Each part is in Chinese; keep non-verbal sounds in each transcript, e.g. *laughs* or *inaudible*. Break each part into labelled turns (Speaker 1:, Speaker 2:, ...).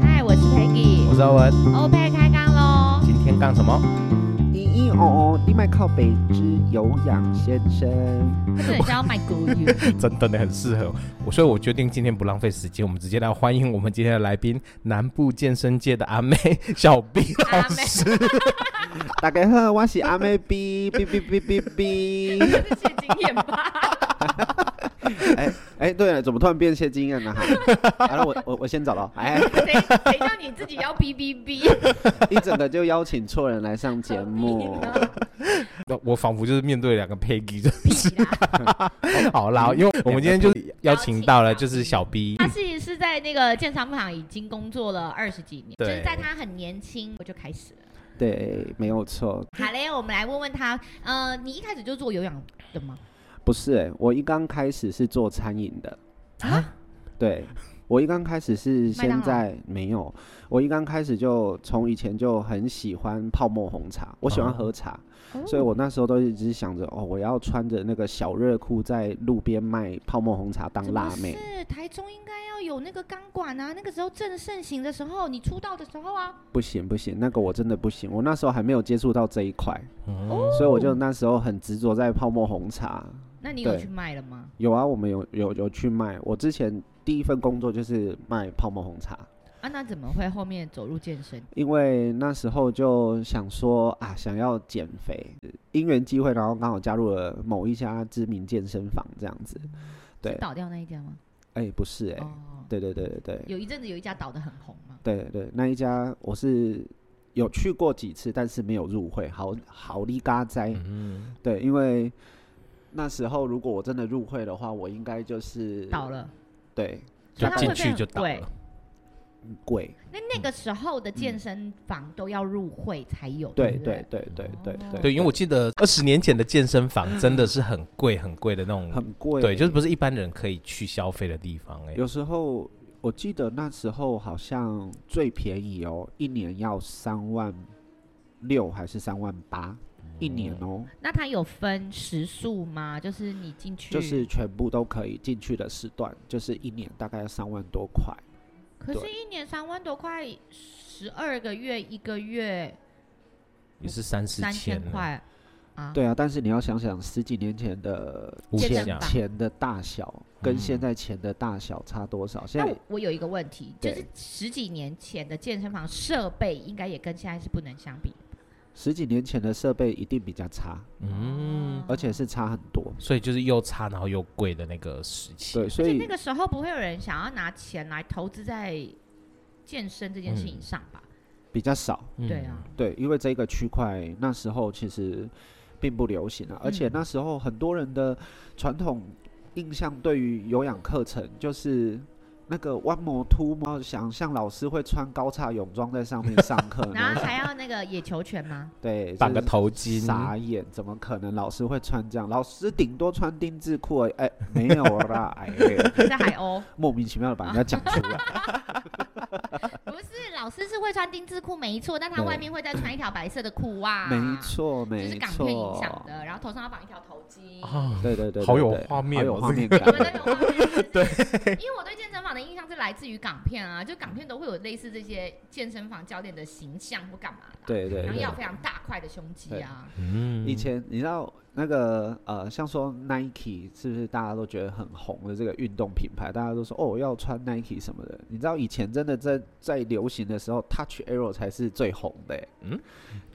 Speaker 1: 嗨，我是 Peggy，
Speaker 2: 我是阿文，
Speaker 1: 欧佩开杠喽。
Speaker 2: 啊今天干什么？
Speaker 3: 你一哦哦，你麦靠北之有氧先生。
Speaker 1: 他真的很像要卖狗语。
Speaker 2: *laughs* 真的呢，很适合我，所以我决定今天不浪费时间，我们直接来欢迎我们今天的来宾，南部健身界的阿妹 *laughs* 小 B 老师。 *laughs*
Speaker 3: 大家好，我是阿
Speaker 1: *laughs*
Speaker 3: 妹 B B B B B B。
Speaker 1: 是谢金燕吧？
Speaker 3: 哎哎，对了，怎么突然变谢金燕了哈？
Speaker 1: *laughs*
Speaker 3: 好了，我我我先走了。哎，
Speaker 1: 谁谁叫你自己要哔哔 *laughs* 哔？
Speaker 3: 一整个就邀请错人来上节
Speaker 1: *laughs*
Speaker 3: 目。
Speaker 2: 我仿佛就是面对两个 Peggy，就
Speaker 1: 屁啦！
Speaker 2: 好啦，因为我们今天就是邀请到了就是小 B，
Speaker 1: 他是是在那个建商厂已经工作了二十几年，就
Speaker 2: 对
Speaker 1: 是在他很年轻我就开始了。
Speaker 3: 对，没有错，
Speaker 1: *laughs* 好嘞，我们来问问他，呃，你一开始就做有氧的吗？
Speaker 3: 不是哎、我一刚开始是做餐饮的。
Speaker 1: 啊？
Speaker 3: 对，我一刚开始是
Speaker 1: 麦当
Speaker 3: 先
Speaker 1: 劳
Speaker 3: 在没有，我一刚开始就从以前就很喜欢泡沫红茶，我
Speaker 1: 哦
Speaker 3: 喜欢喝茶，所以我那时候都一直想着哦，我要穿着那个小热裤在路边卖泡沫红茶当
Speaker 1: 怎
Speaker 3: 辣
Speaker 1: 么
Speaker 3: 妹。
Speaker 1: 是台中应该要有那个钢管啊，那个时候正盛行的时候，你出道的时候啊，
Speaker 3: 不行不行，那个我真的不行，我那时候还没有接触到这一块，
Speaker 1: 哦
Speaker 3: 所以我就那时候很执着在泡沫红茶。
Speaker 1: 那你有
Speaker 3: 对
Speaker 1: 去卖了吗？
Speaker 3: 有啊，我们有有有去卖，我之前第一份工作就是卖泡沫红茶。
Speaker 1: 啊，那怎么会后面走入健身？
Speaker 3: 因为那时候就想说啊，想要减肥，因缘机会，然后刚好加入了某一家知名健身房这样子。对
Speaker 1: 是，倒掉那一家吗？
Speaker 3: 哎、不是哎、
Speaker 1: 哦，
Speaker 3: 对对对对对
Speaker 1: 有一阵子有一家倒的很红嘛。
Speaker 3: 对对，那一家我是有去过几次，但是没有入会，好好哩嘎哉。
Speaker 2: 嗯，
Speaker 3: 对，因为那时候如果我真的入会的话，我应该就是
Speaker 1: 倒。了，
Speaker 3: 对，
Speaker 2: 就
Speaker 1: 所以它会
Speaker 2: 进
Speaker 1: 不会
Speaker 2: 去就
Speaker 1: 很
Speaker 2: 倒
Speaker 1: 贵
Speaker 2: 了。嗯
Speaker 3: 贵。
Speaker 1: 那那个时候的健身房都要入会才有，
Speaker 3: 对
Speaker 1: 不对
Speaker 3: 对对对对对，
Speaker 2: 对，因为我记得二十年前的健身
Speaker 1: 嗯
Speaker 2: 房真的是很贵很贵的那种，
Speaker 3: 很贵。
Speaker 2: 对，就是不是一般人可以去消费的地方哎、
Speaker 3: 有时候我记得那时候好像最便宜哦，一年要三万六还是三万八，一年哦，
Speaker 1: 那它有分时速吗？就是你进去，
Speaker 3: 就是全部都可以进去的时段，就是一年大概三万多块。
Speaker 1: 可是，一年三万多块，十二个月，一个月
Speaker 2: 也是三四
Speaker 1: 三
Speaker 2: 千
Speaker 1: 千块啊。
Speaker 3: 对啊，但是你要想想十几年前的
Speaker 2: 五
Speaker 1: 健
Speaker 2: 千
Speaker 1: 身
Speaker 2: 啊
Speaker 3: 钱
Speaker 1: 房
Speaker 3: 钱的大小，跟
Speaker 2: 嗯
Speaker 3: 现在钱的大小差多少？现
Speaker 1: 那
Speaker 3: 在
Speaker 1: 我我有一个问题，就
Speaker 3: 对
Speaker 1: 是十几年前的健身房设备应该也跟现在是不能相比，
Speaker 3: 十几年前的设备一定比较差，
Speaker 2: 嗯，
Speaker 1: 哦
Speaker 3: 而且是差很多。
Speaker 2: 所以就是又差然后又贵的那个时期。
Speaker 3: 对，
Speaker 1: 而
Speaker 3: 所
Speaker 1: 且
Speaker 3: 以
Speaker 1: 那个时候不会有人想要拿钱来投资在健身这件事情上吧？
Speaker 3: 比较少。
Speaker 2: 嗯
Speaker 1: 对啊，
Speaker 3: 对，因为这个区块那时候其实并不流行啊，而且
Speaker 1: 嗯，
Speaker 3: 那时候很多人的传统印象对于有氧课程就是。那个弯模凸模，想象老师会穿高叉泳装在上面上课
Speaker 1: *laughs* 然
Speaker 3: 然
Speaker 1: 后
Speaker 3: 后
Speaker 1: 还要那个野球拳吗？ *laughs*
Speaker 3: 对，
Speaker 2: 绑
Speaker 3: 这
Speaker 2: 个
Speaker 3: 是
Speaker 2: 头巾
Speaker 3: 傻眼，怎么可能老师会穿这样？老师顶多穿丁字裤而已，哎、没有啦，哎、
Speaker 1: 在海鸥？
Speaker 3: 莫名其妙的把人家讲
Speaker 1: *laughs*
Speaker 3: 出来，
Speaker 1: 不是，老师是会穿丁字裤没错，但他外面会再穿一条白色的裤袜，
Speaker 3: *laughs* 没，错，
Speaker 1: 就
Speaker 3: 没
Speaker 1: 是港片影
Speaker 3: 错，
Speaker 1: 响的，然后头上要绑一条头巾。 *laughs*
Speaker 2: 啊，
Speaker 3: 对对对对
Speaker 2: 好有
Speaker 3: 对
Speaker 2: 画面
Speaker 3: 好有
Speaker 2: 哦
Speaker 3: 画
Speaker 2: 这
Speaker 3: 面
Speaker 2: 个
Speaker 3: 感
Speaker 1: 你，们那种画面是不是因为我对健身房的印象是来自于港片啊，就港片都会有类似这些健身房教练的形象或干嘛的啊，
Speaker 3: 对对
Speaker 1: 然后
Speaker 3: 对
Speaker 1: 要。非常大块的胸肌啊，
Speaker 2: 嗯
Speaker 3: 以前你知道那个呃，像说 Nike 是不是大家都觉得很红的这个运动品牌，大家都说哦要穿 Nike 什么的。你知道以前真的在在流行的时候，Touch Arrow 才是最红的欸、
Speaker 1: 那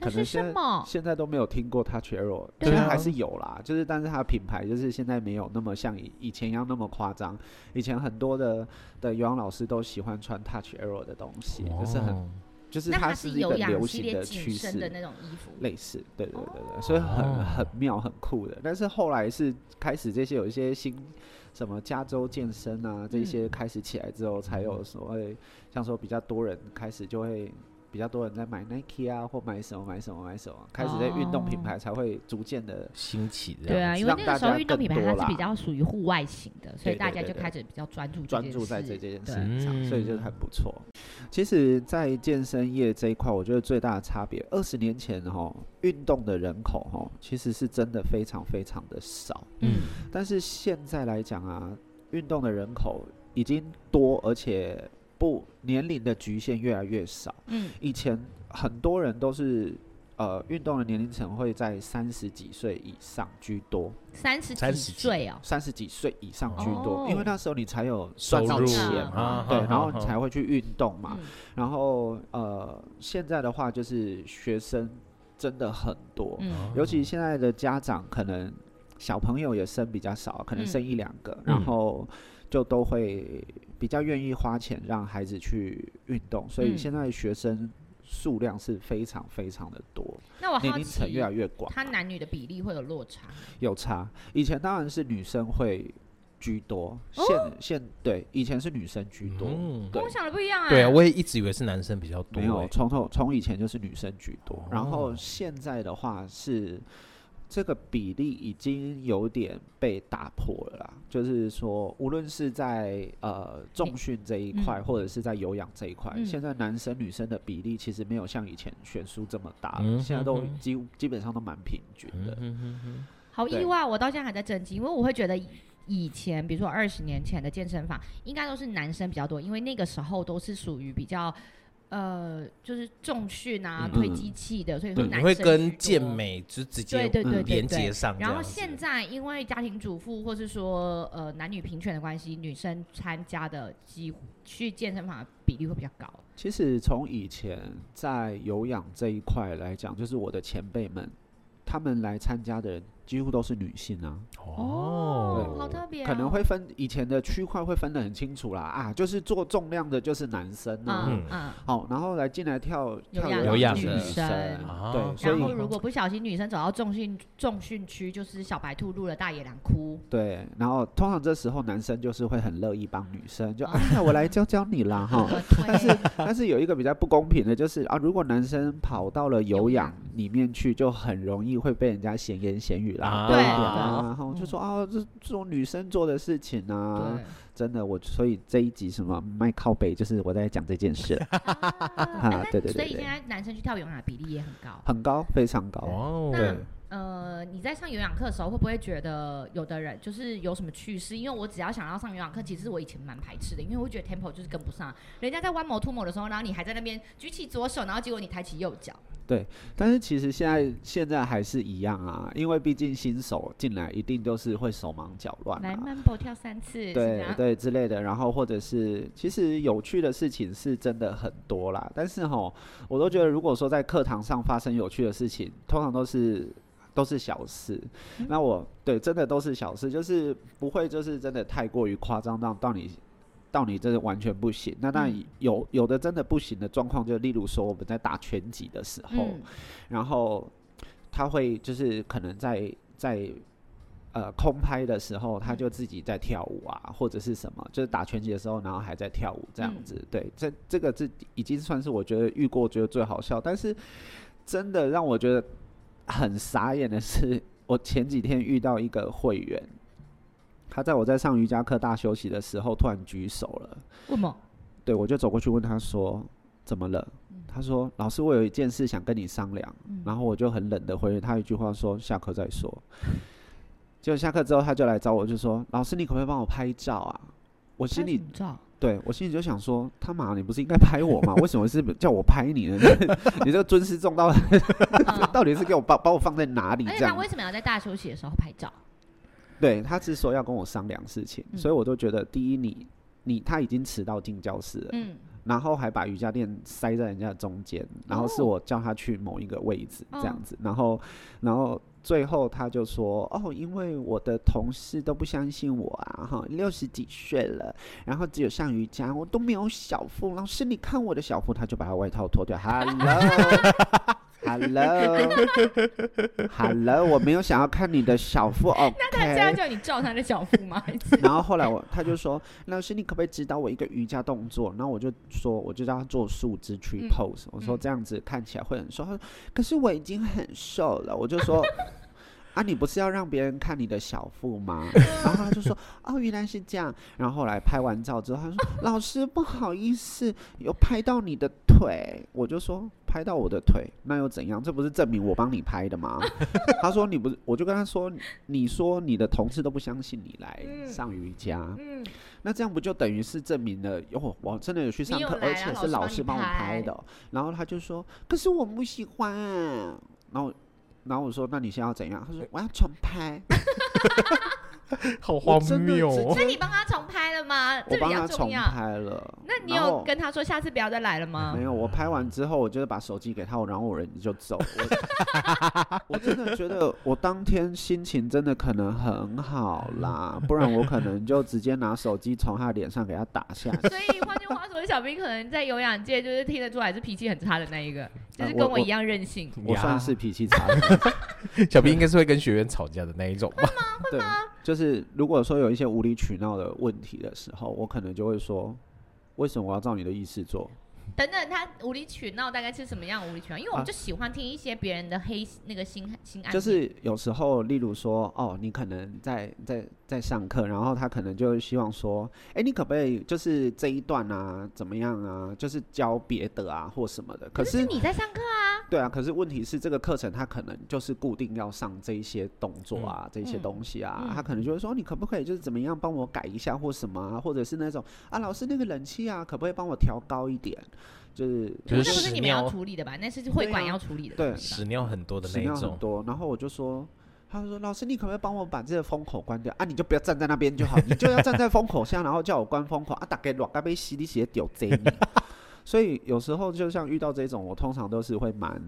Speaker 3: 可
Speaker 1: 是什
Speaker 3: 能现在
Speaker 1: 么？
Speaker 3: 现在都没有听过 Touch Arrow，
Speaker 1: 哦对
Speaker 3: 现在
Speaker 2: 啊
Speaker 3: 还是有啦，就是但是它的品牌就是现在没有那么像以以前一样那么夸张。以前很多的的游泳老师都喜欢穿 Touch Arrow 的东西，就是很
Speaker 2: 哦
Speaker 3: 就是
Speaker 1: 那它
Speaker 3: 是一
Speaker 1: 有
Speaker 3: 个
Speaker 1: 氧
Speaker 3: 流
Speaker 1: 系
Speaker 3: 行
Speaker 1: 列
Speaker 3: 的
Speaker 1: 紧
Speaker 3: 趋
Speaker 1: 身
Speaker 3: 势
Speaker 1: 的。那种衣服，
Speaker 3: 类似，对对对对，所以很很妙很酷的。但是后来是开始这些有一些新什么加州健身啊这些开始起来之后，才有所谓像说比较多人开始就会比较多人在买 Nike 啊或买什么买什么买什么，开始在运动品牌才会逐渐的
Speaker 2: 兴起这
Speaker 1: 对
Speaker 2: 样
Speaker 1: 啊，
Speaker 3: 子
Speaker 1: 因为
Speaker 3: 让
Speaker 1: 那
Speaker 3: 大
Speaker 1: 个时候
Speaker 3: 家
Speaker 1: 运动
Speaker 3: 更
Speaker 1: 品牌它
Speaker 3: 多
Speaker 1: 是比
Speaker 3: 啦
Speaker 1: 较属于户外型的，所以
Speaker 3: 对
Speaker 1: 大
Speaker 3: 对
Speaker 1: 家
Speaker 3: 对
Speaker 1: 就
Speaker 3: 对
Speaker 1: 开始比较专注
Speaker 3: 专注在这
Speaker 1: 这
Speaker 3: 件
Speaker 1: 事
Speaker 3: 事
Speaker 1: 对
Speaker 3: 情上，所以就
Speaker 2: 嗯
Speaker 3: 很不错。其实，在健身业这一块，我觉得最大的差别，二十年前哈，运动的人口哈，其实是真的非常非常的少。
Speaker 1: 嗯，
Speaker 3: 但是现在来讲啊，运动的人口已经多，而且不年龄的局限越来越少。
Speaker 1: 嗯，
Speaker 3: 以前很多人都是呃，运动的年龄层会在三十几岁以上居多，
Speaker 1: 三十
Speaker 2: 30
Speaker 1: 几
Speaker 2: 几
Speaker 1: 岁哦，
Speaker 3: 三十几岁以上居多，
Speaker 1: 哦
Speaker 3: 因为那时候你才有
Speaker 2: 收
Speaker 3: 赚到
Speaker 2: 入
Speaker 3: 钱
Speaker 1: 啊
Speaker 3: 嘛，对，
Speaker 2: 哈哈
Speaker 3: 然后你
Speaker 2: 哈
Speaker 3: 才会去运动嘛。
Speaker 1: 嗯
Speaker 3: 然后呃，现在的话就是学生真的很多，
Speaker 1: 嗯
Speaker 3: 尤其现在的家长可能小朋友也生比较少，可能
Speaker 1: 嗯
Speaker 3: 生一两个，
Speaker 2: 嗯
Speaker 3: 然后就都会比较愿意花钱让孩子去运动，所以
Speaker 1: 嗯
Speaker 3: 现在学生数量是非常非常的多，
Speaker 1: 那我
Speaker 3: 年
Speaker 1: 哦好
Speaker 3: 龄层
Speaker 1: 奇
Speaker 3: 越，来越广
Speaker 1: 他
Speaker 3: 嘛，
Speaker 1: 男女的比例会有落差吗，
Speaker 3: 有差。以前当然是女生会居多，
Speaker 1: 哦
Speaker 3: 现现对以前是女生居多，
Speaker 2: 嗯
Speaker 1: 跟
Speaker 3: 对
Speaker 1: 我。想的不一样啊。
Speaker 2: 对啊，我也一直以为是男生比较多
Speaker 3: 没有，
Speaker 2: 欸，
Speaker 3: 从头从以前就是女生居多，然
Speaker 2: 哦
Speaker 3: 后现在的话是这个比例已经有点被打破了啦。就是说，无论是在呃重训这一块，
Speaker 1: 嗯
Speaker 3: 或者是在有氧这一块，
Speaker 1: 嗯
Speaker 3: 现在男生女生的比例其实没有像以前悬殊这么大了，
Speaker 2: 嗯
Speaker 3: 现在都
Speaker 2: 哼哼
Speaker 3: 基基本上都蛮平均的。
Speaker 2: 嗯哼哼
Speaker 1: 好意
Speaker 3: 对
Speaker 1: 外，我到现在还在震惊，因为我会觉得以以前，比如说二十年前的健身房，应该都是男生比较多，因为那个时候都是属于比较。呃，就是重训啊，
Speaker 3: 嗯
Speaker 1: 推机器的，所以说
Speaker 2: 哼，
Speaker 1: 男生
Speaker 2: 你会
Speaker 1: 居
Speaker 2: 跟
Speaker 1: 多
Speaker 2: 健美就直接
Speaker 1: 对对对对
Speaker 3: 嗯
Speaker 1: 对
Speaker 2: 连接上这样
Speaker 1: 然
Speaker 2: 子，
Speaker 1: 后现在因为家庭主妇或是说呃男女平权的关系，女生参加的几乎去健身房的比例会比较高。
Speaker 3: 其实从以前在有氧这一块来讲，就是我的前辈们，他们来参加的人几乎都是女性啊。
Speaker 2: 哦，
Speaker 1: 好特别、哦，
Speaker 3: 可能会分以前的区块会分得很清楚啦啊，就是做重量的就是男生啊，
Speaker 1: 嗯嗯。
Speaker 3: 好，然后来进来跳
Speaker 1: 有
Speaker 3: 跳
Speaker 1: 氧
Speaker 2: 有
Speaker 3: 氧
Speaker 2: 氧
Speaker 3: 的
Speaker 2: 的
Speaker 3: 女生
Speaker 2: 啊，
Speaker 3: 对，所
Speaker 1: 然后
Speaker 3: 以
Speaker 1: 如果不小心女生走到重训重训区，就是小白兔露了大野狼哭。
Speaker 3: 对，然后通常这时候男生就是会很乐意帮女生，就啊，那我来教教你
Speaker 1: *laughs*
Speaker 3: 啦哈。
Speaker 1: 呃
Speaker 3: 但是
Speaker 1: 对
Speaker 3: 但是有一个比较不公平的就是啊，如果男生跑到了有氧里面去，就很容易会被人家闲言闲语啦
Speaker 2: 啊，
Speaker 3: 多一
Speaker 1: 对
Speaker 3: 点
Speaker 1: 对
Speaker 3: 啊，然后就说啊，这这种女生做的事情啊，真的，我所以这一集什么卖靠背，就是我在讲这件事了，
Speaker 1: 啊
Speaker 3: 对对对
Speaker 1: 所以现
Speaker 3: 对
Speaker 1: 在男生去跳有氧的比例也很高。
Speaker 3: 很高，非常高。
Speaker 2: 哦，
Speaker 1: 那呃，你在上有氧课的时候，会不会觉得有的人就是有什么趣事？因为我只要想要上有氧课，其实我以前蛮排斥的，因为我觉得 tempo 就是跟不上，人家在弯某 two 某的时候，然后你还在那边举起左手，然后结果你抬起右脚，
Speaker 3: 但是其实现在现在还是一样啊，因为毕竟新手进来一定都是会手忙脚乱
Speaker 1: 来
Speaker 3: 啊。
Speaker 1: 慢跑跳三次，是这
Speaker 3: 对
Speaker 1: 样
Speaker 3: 对之类的，然后或者是，其实有趣的事情是真的很多啦。但是吼，我都觉得如果说在课堂上发生有趣的事情，通常都是都是小事。
Speaker 1: 嗯
Speaker 3: *laughs* 那我对真的都是小事，就是不会就是真的太过于夸张到到你到你真的完全不行。那当然
Speaker 1: 嗯
Speaker 3: 有有的真的不行的状况，就例如说我们在打拳击的时候，
Speaker 1: 嗯
Speaker 3: 然后他会就是可能在在呃空拍的时候，他就自己在跳舞啊，或者是什么，就是打拳击的时候，然后还在跳舞这样
Speaker 1: 嗯
Speaker 3: 子。对，这这个这已经算是我觉得遇过觉得最好笑，但是真的让我觉得很傻眼的是，我前几天遇到一个会员。他在我在上瑜伽课大休息的时候，突然举手了，
Speaker 1: 为什么？
Speaker 3: 对我就走过去问他说：“怎么了？”他说：“老师，我有一件事想跟你商量。”
Speaker 1: 嗯
Speaker 3: 然后我就很冷的回了他一句话说：“下课再说。” *laughs* 结果下课之后，他就来找我，就说：“老师，你可不可以帮我拍照啊？”我 *laughs* 心里
Speaker 1: 照，
Speaker 3: 对我心里就想说：“他妈，你不是应该拍我吗？为什么是叫我拍你呢？ *laughs* 你这个尊师重道，
Speaker 1: 嗯
Speaker 3: *laughs* 到底是给我把把我放在哪里
Speaker 1: 而
Speaker 3: 这
Speaker 1: 且他
Speaker 3: 样
Speaker 1: 啊哎为什么要在大休息的时候拍照？？”
Speaker 3: 对他只说要跟我商量事情，
Speaker 1: 嗯
Speaker 3: 所以我都觉得，第一，你你他已经迟到进教室了，
Speaker 1: 嗯， *laughs*
Speaker 3: 然后还把瑜伽垫塞在人家的中间，然后是
Speaker 1: 哦
Speaker 3: 我叫他去某一个位置
Speaker 1: 嗯
Speaker 3: 这样子，然后然后最后他就说哦，因为我的同事都不相信我啊，哈，六十几岁了，然后只有上瑜伽，我都没有小腹，老师你看我的小腹，他就把他外套脱掉，Hello。Hello，Hello，我没有想要看你的小腹，OK。
Speaker 1: *laughs* 那他这样叫你照他的小腹吗？还是
Speaker 3: 然后后来我他就说，老师你可不可以指导我一个瑜伽动作？然后我就说，我就叫他做树枝 tree
Speaker 1: 嗯
Speaker 3: pose，、我说
Speaker 1: 嗯
Speaker 3: 这样子看起来会很瘦。他说，可是我已经很瘦了。我就说，啊，你不是要让别人看你的小腹吗？然后他就说，哦，原来是这样。然后后来拍完照之后，他说，老师不好意思，有拍到你的腿。我就说，拍到我的腿，那又怎样？这不是证明我帮你拍的吗？他说，你不是，我就跟他说，你说你的同事都不相信你来
Speaker 1: 嗯
Speaker 3: 上瑜伽，
Speaker 1: 嗯，
Speaker 3: 那这样不就等于是证明了，哦，我真的有去上
Speaker 1: 你有
Speaker 3: 课，
Speaker 1: 来啊
Speaker 3: 而且
Speaker 1: 老
Speaker 3: 是
Speaker 1: 师
Speaker 3: 老
Speaker 1: 帮
Speaker 3: 师
Speaker 1: 你
Speaker 3: 帮我拍
Speaker 1: 拍
Speaker 3: 的哦。然后他就说：“可是我不喜欢、啊。”然后，然后我说：“那你现在要怎样？”他
Speaker 1: *laughs*
Speaker 3: 说：“我要重拍。
Speaker 1: 啊
Speaker 2: 好
Speaker 3: 我
Speaker 2: 荒
Speaker 3: 真的
Speaker 2: 谬
Speaker 3: 直
Speaker 2: 哦！
Speaker 1: 所以你帮他重拍了吗？”
Speaker 3: 我
Speaker 1: 这比
Speaker 3: 帮
Speaker 1: 较
Speaker 3: 他重
Speaker 1: 重要。
Speaker 3: 拍了。
Speaker 1: 那你
Speaker 3: 然
Speaker 1: 有
Speaker 3: 后
Speaker 1: 跟他说下次不要再来了吗
Speaker 3: 没？有？我拍完之后，我就是把手机给他，我然后我人就走。我我 *laughs* 真的觉得我当天心情真的可能很好啦，不然我可能就直接拿手机从他脸上给他打下去。
Speaker 1: 所以换句话说，小兵可能在有氧界就是听得出来是脾气很差的那一个，就是
Speaker 3: 呃
Speaker 1: 跟我
Speaker 3: 我我
Speaker 1: 一样任性。
Speaker 3: *laughs* 我
Speaker 2: 呀
Speaker 3: 算是脾气差的。
Speaker 2: 小兵应该是会跟学员吵架的那一种吧？
Speaker 3: 对，就是如果说有一些无理取闹的问题的时候，我可能就会说，为什么我要照你的意思做？
Speaker 1: 等等，他无理取闹大概是什么样的无理取闹？因为我们就喜欢听一些别人的黑那个心心暗面，
Speaker 3: 啊就是有时候，例如说，哦，你可能在在在上课，然后他可能就希望说，哎、你可不可以就是这一段啊，怎么样啊，就是教别的啊或什么的。可
Speaker 1: 可是
Speaker 3: 是，
Speaker 1: 你在上课啊，
Speaker 3: 对啊，可是问题是这个课程他可能就是固定要上这一些动作啊，这一些
Speaker 1: 嗯
Speaker 3: 东西啊，
Speaker 1: 嗯
Speaker 3: 他可能就会说，你可不可以就是怎么样帮我改一下或什么啊，或者是那种啊，老师那个冷气啊，可不可以帮我调高一点？就是
Speaker 2: *laughs* 就
Speaker 1: 那
Speaker 2: 是
Speaker 1: 不是
Speaker 2: 屎
Speaker 1: 你们要
Speaker 2: 尿
Speaker 1: 处理的吧？那是会
Speaker 3: 对
Speaker 1: 馆
Speaker 3: 啊
Speaker 1: 要处理的
Speaker 3: 对
Speaker 1: 东西吧。
Speaker 2: 屎尿很多的
Speaker 3: 屎
Speaker 2: 那一
Speaker 3: 尿很
Speaker 2: 种，
Speaker 3: 多，然后我就说。他就说：“老师，你可不可以帮我把这个风口关掉啊？你就不要站在那边就好，你就要站在风口下，然后叫我关风口啊！打给软咖啡洗你鞋丢贼你。 *laughs* 所以有时候就像遇到这种，我通常都是会蛮，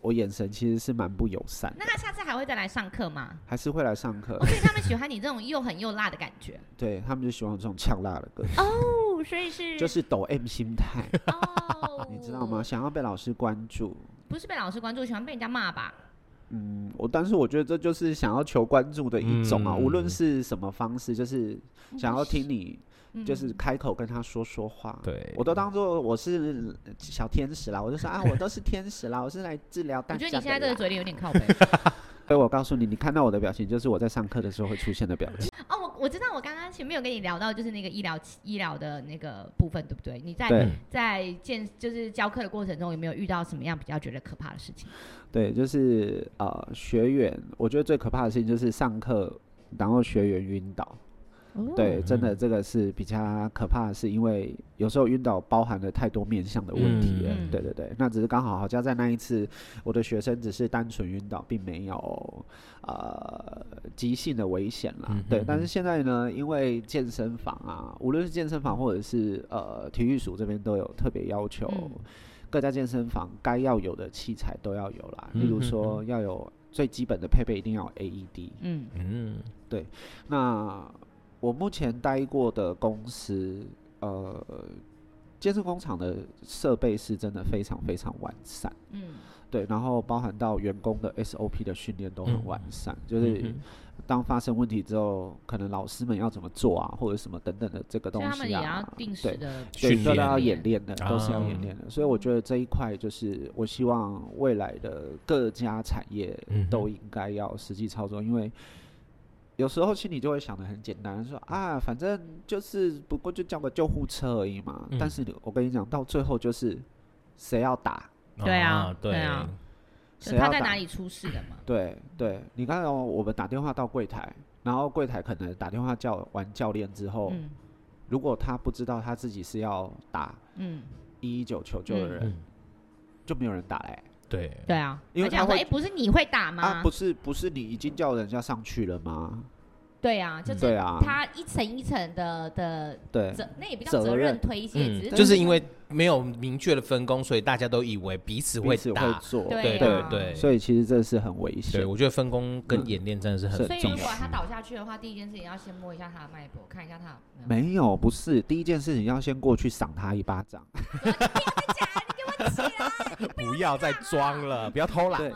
Speaker 3: 我眼神其实是蛮不友善的
Speaker 1: 那他下次还会再来上课吗？
Speaker 3: 还是会来上课
Speaker 1: 哦，。所以他们喜欢你这种又狠又辣的感觉
Speaker 3: 对他们就喜欢这种呛辣的歌，
Speaker 1: 哦，所以是
Speaker 3: 就是抖 M 心态，，
Speaker 1: 哦
Speaker 3: *laughs* 你知道吗？？想要被老师关注，
Speaker 1: 不是被老师关注，喜欢被人家骂吧？
Speaker 3: 嗯，我但是我觉得这就是想要求关注的一种啊，无论
Speaker 2: 嗯
Speaker 3: 是什么方式，就是想要听你，
Speaker 1: 嗯
Speaker 3: 就是开口跟他说说话。
Speaker 2: 对
Speaker 3: 我都当做我是小天使啦，我就说啊，我都是天使啦，我是来治疗
Speaker 1: 我
Speaker 3: 大
Speaker 1: 觉
Speaker 3: 家
Speaker 1: 得
Speaker 3: 的
Speaker 1: 你现
Speaker 3: 啦。
Speaker 1: 在这个嘴脸有点靠背。
Speaker 3: 所以我告诉你，你看到我的表情，就是我在上课的时候会出现的表情。
Speaker 1: 哦，我我知道，我刚刚前面有跟你聊到，就是那个医疗医疗的那个部分，对不对？你在
Speaker 3: 对
Speaker 1: 在见就是教课的过程中，有没有遇到什么样比较觉得可怕的事情？
Speaker 3: 对，就是呃，学员，我觉得最可怕的事情就是上课，然后学员晕倒。
Speaker 1: 哦
Speaker 3: 对，
Speaker 2: 嗯
Speaker 3: 真的这个是比较可怕的是，因为有时候晕倒包含了太多面向的问题了。
Speaker 1: 嗯
Speaker 3: 对对对，那只是刚好好像在那一次，我的学生只是单纯晕倒，并没有呃急性的危险啦。
Speaker 2: 嗯
Speaker 3: 对
Speaker 2: 哼，
Speaker 3: 但是现在呢，因为健身房啊，无论是健身房或者是呃体育署这边都有特别要求。
Speaker 1: 嗯
Speaker 3: 各家健身房该要有的器材都要有啦，
Speaker 2: 嗯
Speaker 3: 例如
Speaker 2: 哼
Speaker 3: 说要有最基本的配备，一定要有 E AED。
Speaker 1: 嗯，
Speaker 2: 嗯，
Speaker 3: 那我目前待过的公司，呃，健身工厂的设备是真的非常非常完善，
Speaker 1: 嗯
Speaker 3: 对，然后包含到员工的 SOP 的训练都
Speaker 1: 嗯
Speaker 3: 很完善，就是
Speaker 2: 嗯
Speaker 3: 当发生问题之后，可能老师们要怎么做啊，或者什么等等的这个
Speaker 1: 所
Speaker 3: 东
Speaker 1: 以他们
Speaker 3: 西
Speaker 1: 也要
Speaker 3: 啊，
Speaker 1: 定时
Speaker 3: 对。
Speaker 1: 的
Speaker 3: 对，
Speaker 2: 训
Speaker 3: 都
Speaker 2: 练
Speaker 3: 要演练的，都是要
Speaker 2: 啊
Speaker 3: 演练的，所以我觉得这一块就是我希望未来的各家产业
Speaker 2: 嗯哼
Speaker 3: 都应该要实际操作，因为有时候心里就会想的很简单，说啊，反正就是不过就叫个救护车而已嘛。
Speaker 2: 嗯
Speaker 3: 但是我跟你讲，到最后就是谁要打，
Speaker 1: 对啊
Speaker 2: 对
Speaker 1: 对啊，
Speaker 3: 谁
Speaker 1: 就
Speaker 3: 要
Speaker 1: 他在哪
Speaker 3: 打，
Speaker 1: 里出事的嘛？
Speaker 3: 对对，你看哦，我们打电话到柜台，然后柜台可能打电话叫完教练之后，
Speaker 1: 嗯
Speaker 3: 如果他不知道他自己是要打
Speaker 1: 嗯，
Speaker 3: 一一九求救的
Speaker 1: 嗯
Speaker 3: 人，
Speaker 2: 嗯，
Speaker 3: 就没有人打嘞、
Speaker 2: 对，
Speaker 1: 对啊，
Speaker 3: 因为
Speaker 1: 而且想
Speaker 3: 他
Speaker 1: 说，
Speaker 3: 会
Speaker 1: 哎，不是你会打吗
Speaker 3: 啊，？不是不是，你已经叫人家上去了吗？
Speaker 1: 对啊，就是
Speaker 3: 对啊，
Speaker 1: 他一层一层的的
Speaker 3: 对
Speaker 1: 责，那也不叫
Speaker 3: 责
Speaker 1: 责任
Speaker 3: 任
Speaker 1: 推卸，只是
Speaker 2: 嗯，就是因为没有明确的分工，所以大家都以为彼此
Speaker 3: 彼
Speaker 2: 会
Speaker 3: 此会
Speaker 2: 打。
Speaker 3: 做，
Speaker 1: 对
Speaker 2: 对
Speaker 1: 啊
Speaker 2: 对，
Speaker 3: 所以其实这是很危
Speaker 2: 对，
Speaker 3: 险。
Speaker 2: 我觉得分工跟演练真的是很
Speaker 3: 是
Speaker 1: 所以
Speaker 2: 重
Speaker 1: 如果
Speaker 2: 要。
Speaker 1: 他倒下去的话，第一件事情要先摸一下他的脉搏，看一下他有没有
Speaker 3: 没有，不是第一件事情要先过去赏他一巴掌。 *laughs*
Speaker 2: 嗯不要再装了，不要偷懒。
Speaker 3: 对，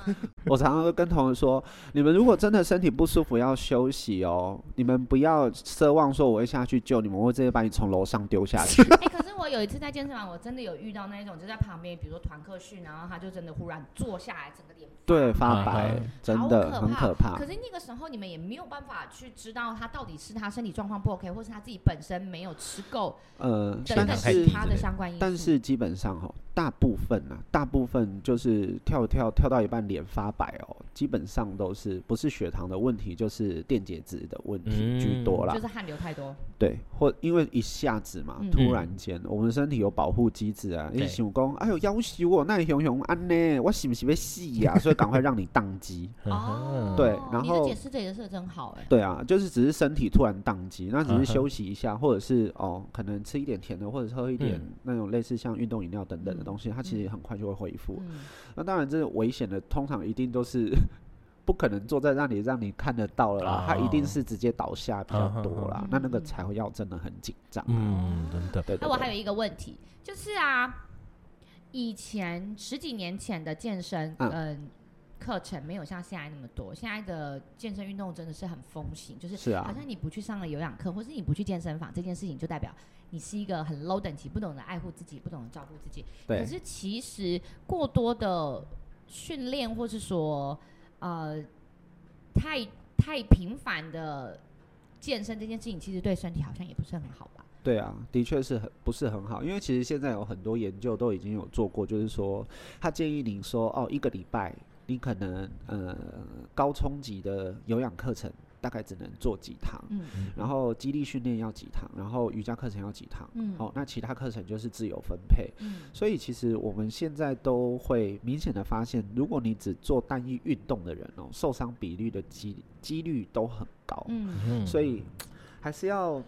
Speaker 3: 我常常都跟同事说，你们如果真的身体不舒服要休息哦，你们不要奢望说我会下去救你们，我会直接把你从楼上丢下去。
Speaker 1: *laughs* 哎、可是我有一次在健身房，我真的有遇到那一种，就在旁边，比如说团课训，然后他就真的忽然坐下来，整个脸
Speaker 3: 对，啊
Speaker 2: 啊
Speaker 3: 发白
Speaker 2: 哈，
Speaker 3: 真
Speaker 1: 好
Speaker 3: 的
Speaker 1: 可
Speaker 3: 很
Speaker 1: 怕
Speaker 3: 可怕
Speaker 1: 可。是那个时候你们也没有办法去知道他到底是他身体状况不 OK，或是他自己本身没有吃够
Speaker 3: 呃，
Speaker 1: 等
Speaker 2: 等
Speaker 3: 但
Speaker 2: 太
Speaker 3: 是
Speaker 2: 低
Speaker 1: 他的相关因素。
Speaker 3: 但是基本上哈，大部分啊，大部分就是跳跳跳到一半脸发白哦，基本上都是不是血糖的问题，就是电解质的问题
Speaker 2: 嗯
Speaker 3: 居多啦。
Speaker 1: 就是汗流太多，
Speaker 3: 对，或因为一下子嘛，
Speaker 1: 嗯
Speaker 3: 突然间，我们身体有保护机制啊，
Speaker 2: 对
Speaker 3: 你想讲，哎呦，要死我，那你熊熊安呢，我是不是被
Speaker 2: *laughs*
Speaker 3: 戏呀？所以赶快让你宕机。
Speaker 1: 哦，
Speaker 3: 对然
Speaker 1: 你的
Speaker 3: 后
Speaker 1: 解释这也是真好哎、
Speaker 3: 对啊，就是只是身体突然宕机，那只
Speaker 2: 嗯哼
Speaker 3: 是休息一下，或者是哦，可能吃一点甜的，或者是喝一点
Speaker 2: 嗯
Speaker 3: 那种类似像运动饮料等等的
Speaker 1: 嗯
Speaker 3: 东西，它其实很快就会恢复。
Speaker 1: 嗯，
Speaker 3: 那当然，这危险的通常一定都是 *laughs* 不可能坐在那里让你看得到了啦，它一定
Speaker 2: 哦
Speaker 3: 是直接倒下比较
Speaker 2: 嗯哼
Speaker 3: 多啦
Speaker 1: 哼，
Speaker 3: 那那个才会要真的很紧张。
Speaker 2: 嗯，真的，
Speaker 3: 对对
Speaker 1: 那我
Speaker 3: 对
Speaker 1: 还有一个问题，就是啊，以前十几年前的健身，
Speaker 3: 嗯
Speaker 1: 嗯。课程没有像现在那么多，现在的健身运动真的是很风行，就是
Speaker 3: 是啊
Speaker 1: 好像你不去上了有氧课，或是你不去健身房，这件事情就代表你是一个很 low 等级，不懂得爱护自己，不懂得照顾自己。可
Speaker 3: 对
Speaker 1: 是其实过多的训练，或是说呃太太频繁的健身这件事情，其实对身体好像也不是很好吧？
Speaker 3: 对啊，的确是很不是很好，因为其实现在有很多研究都已经有做过，就是说他建议您说哦，一个礼拜你可能呃高冲击的有氧课程大概只能做几堂，
Speaker 1: 嗯
Speaker 3: 然后肌力训练要几堂，然后瑜伽课程要几堂，
Speaker 1: 嗯
Speaker 3: 哦，那其他课程就是自由分配。
Speaker 1: 嗯，
Speaker 3: 所以其实我们现在都会明显的发现，如果你只做单一运动的人哦，受伤比率的几几率都很高。
Speaker 1: 嗯，
Speaker 2: 嗯
Speaker 3: 所以还是要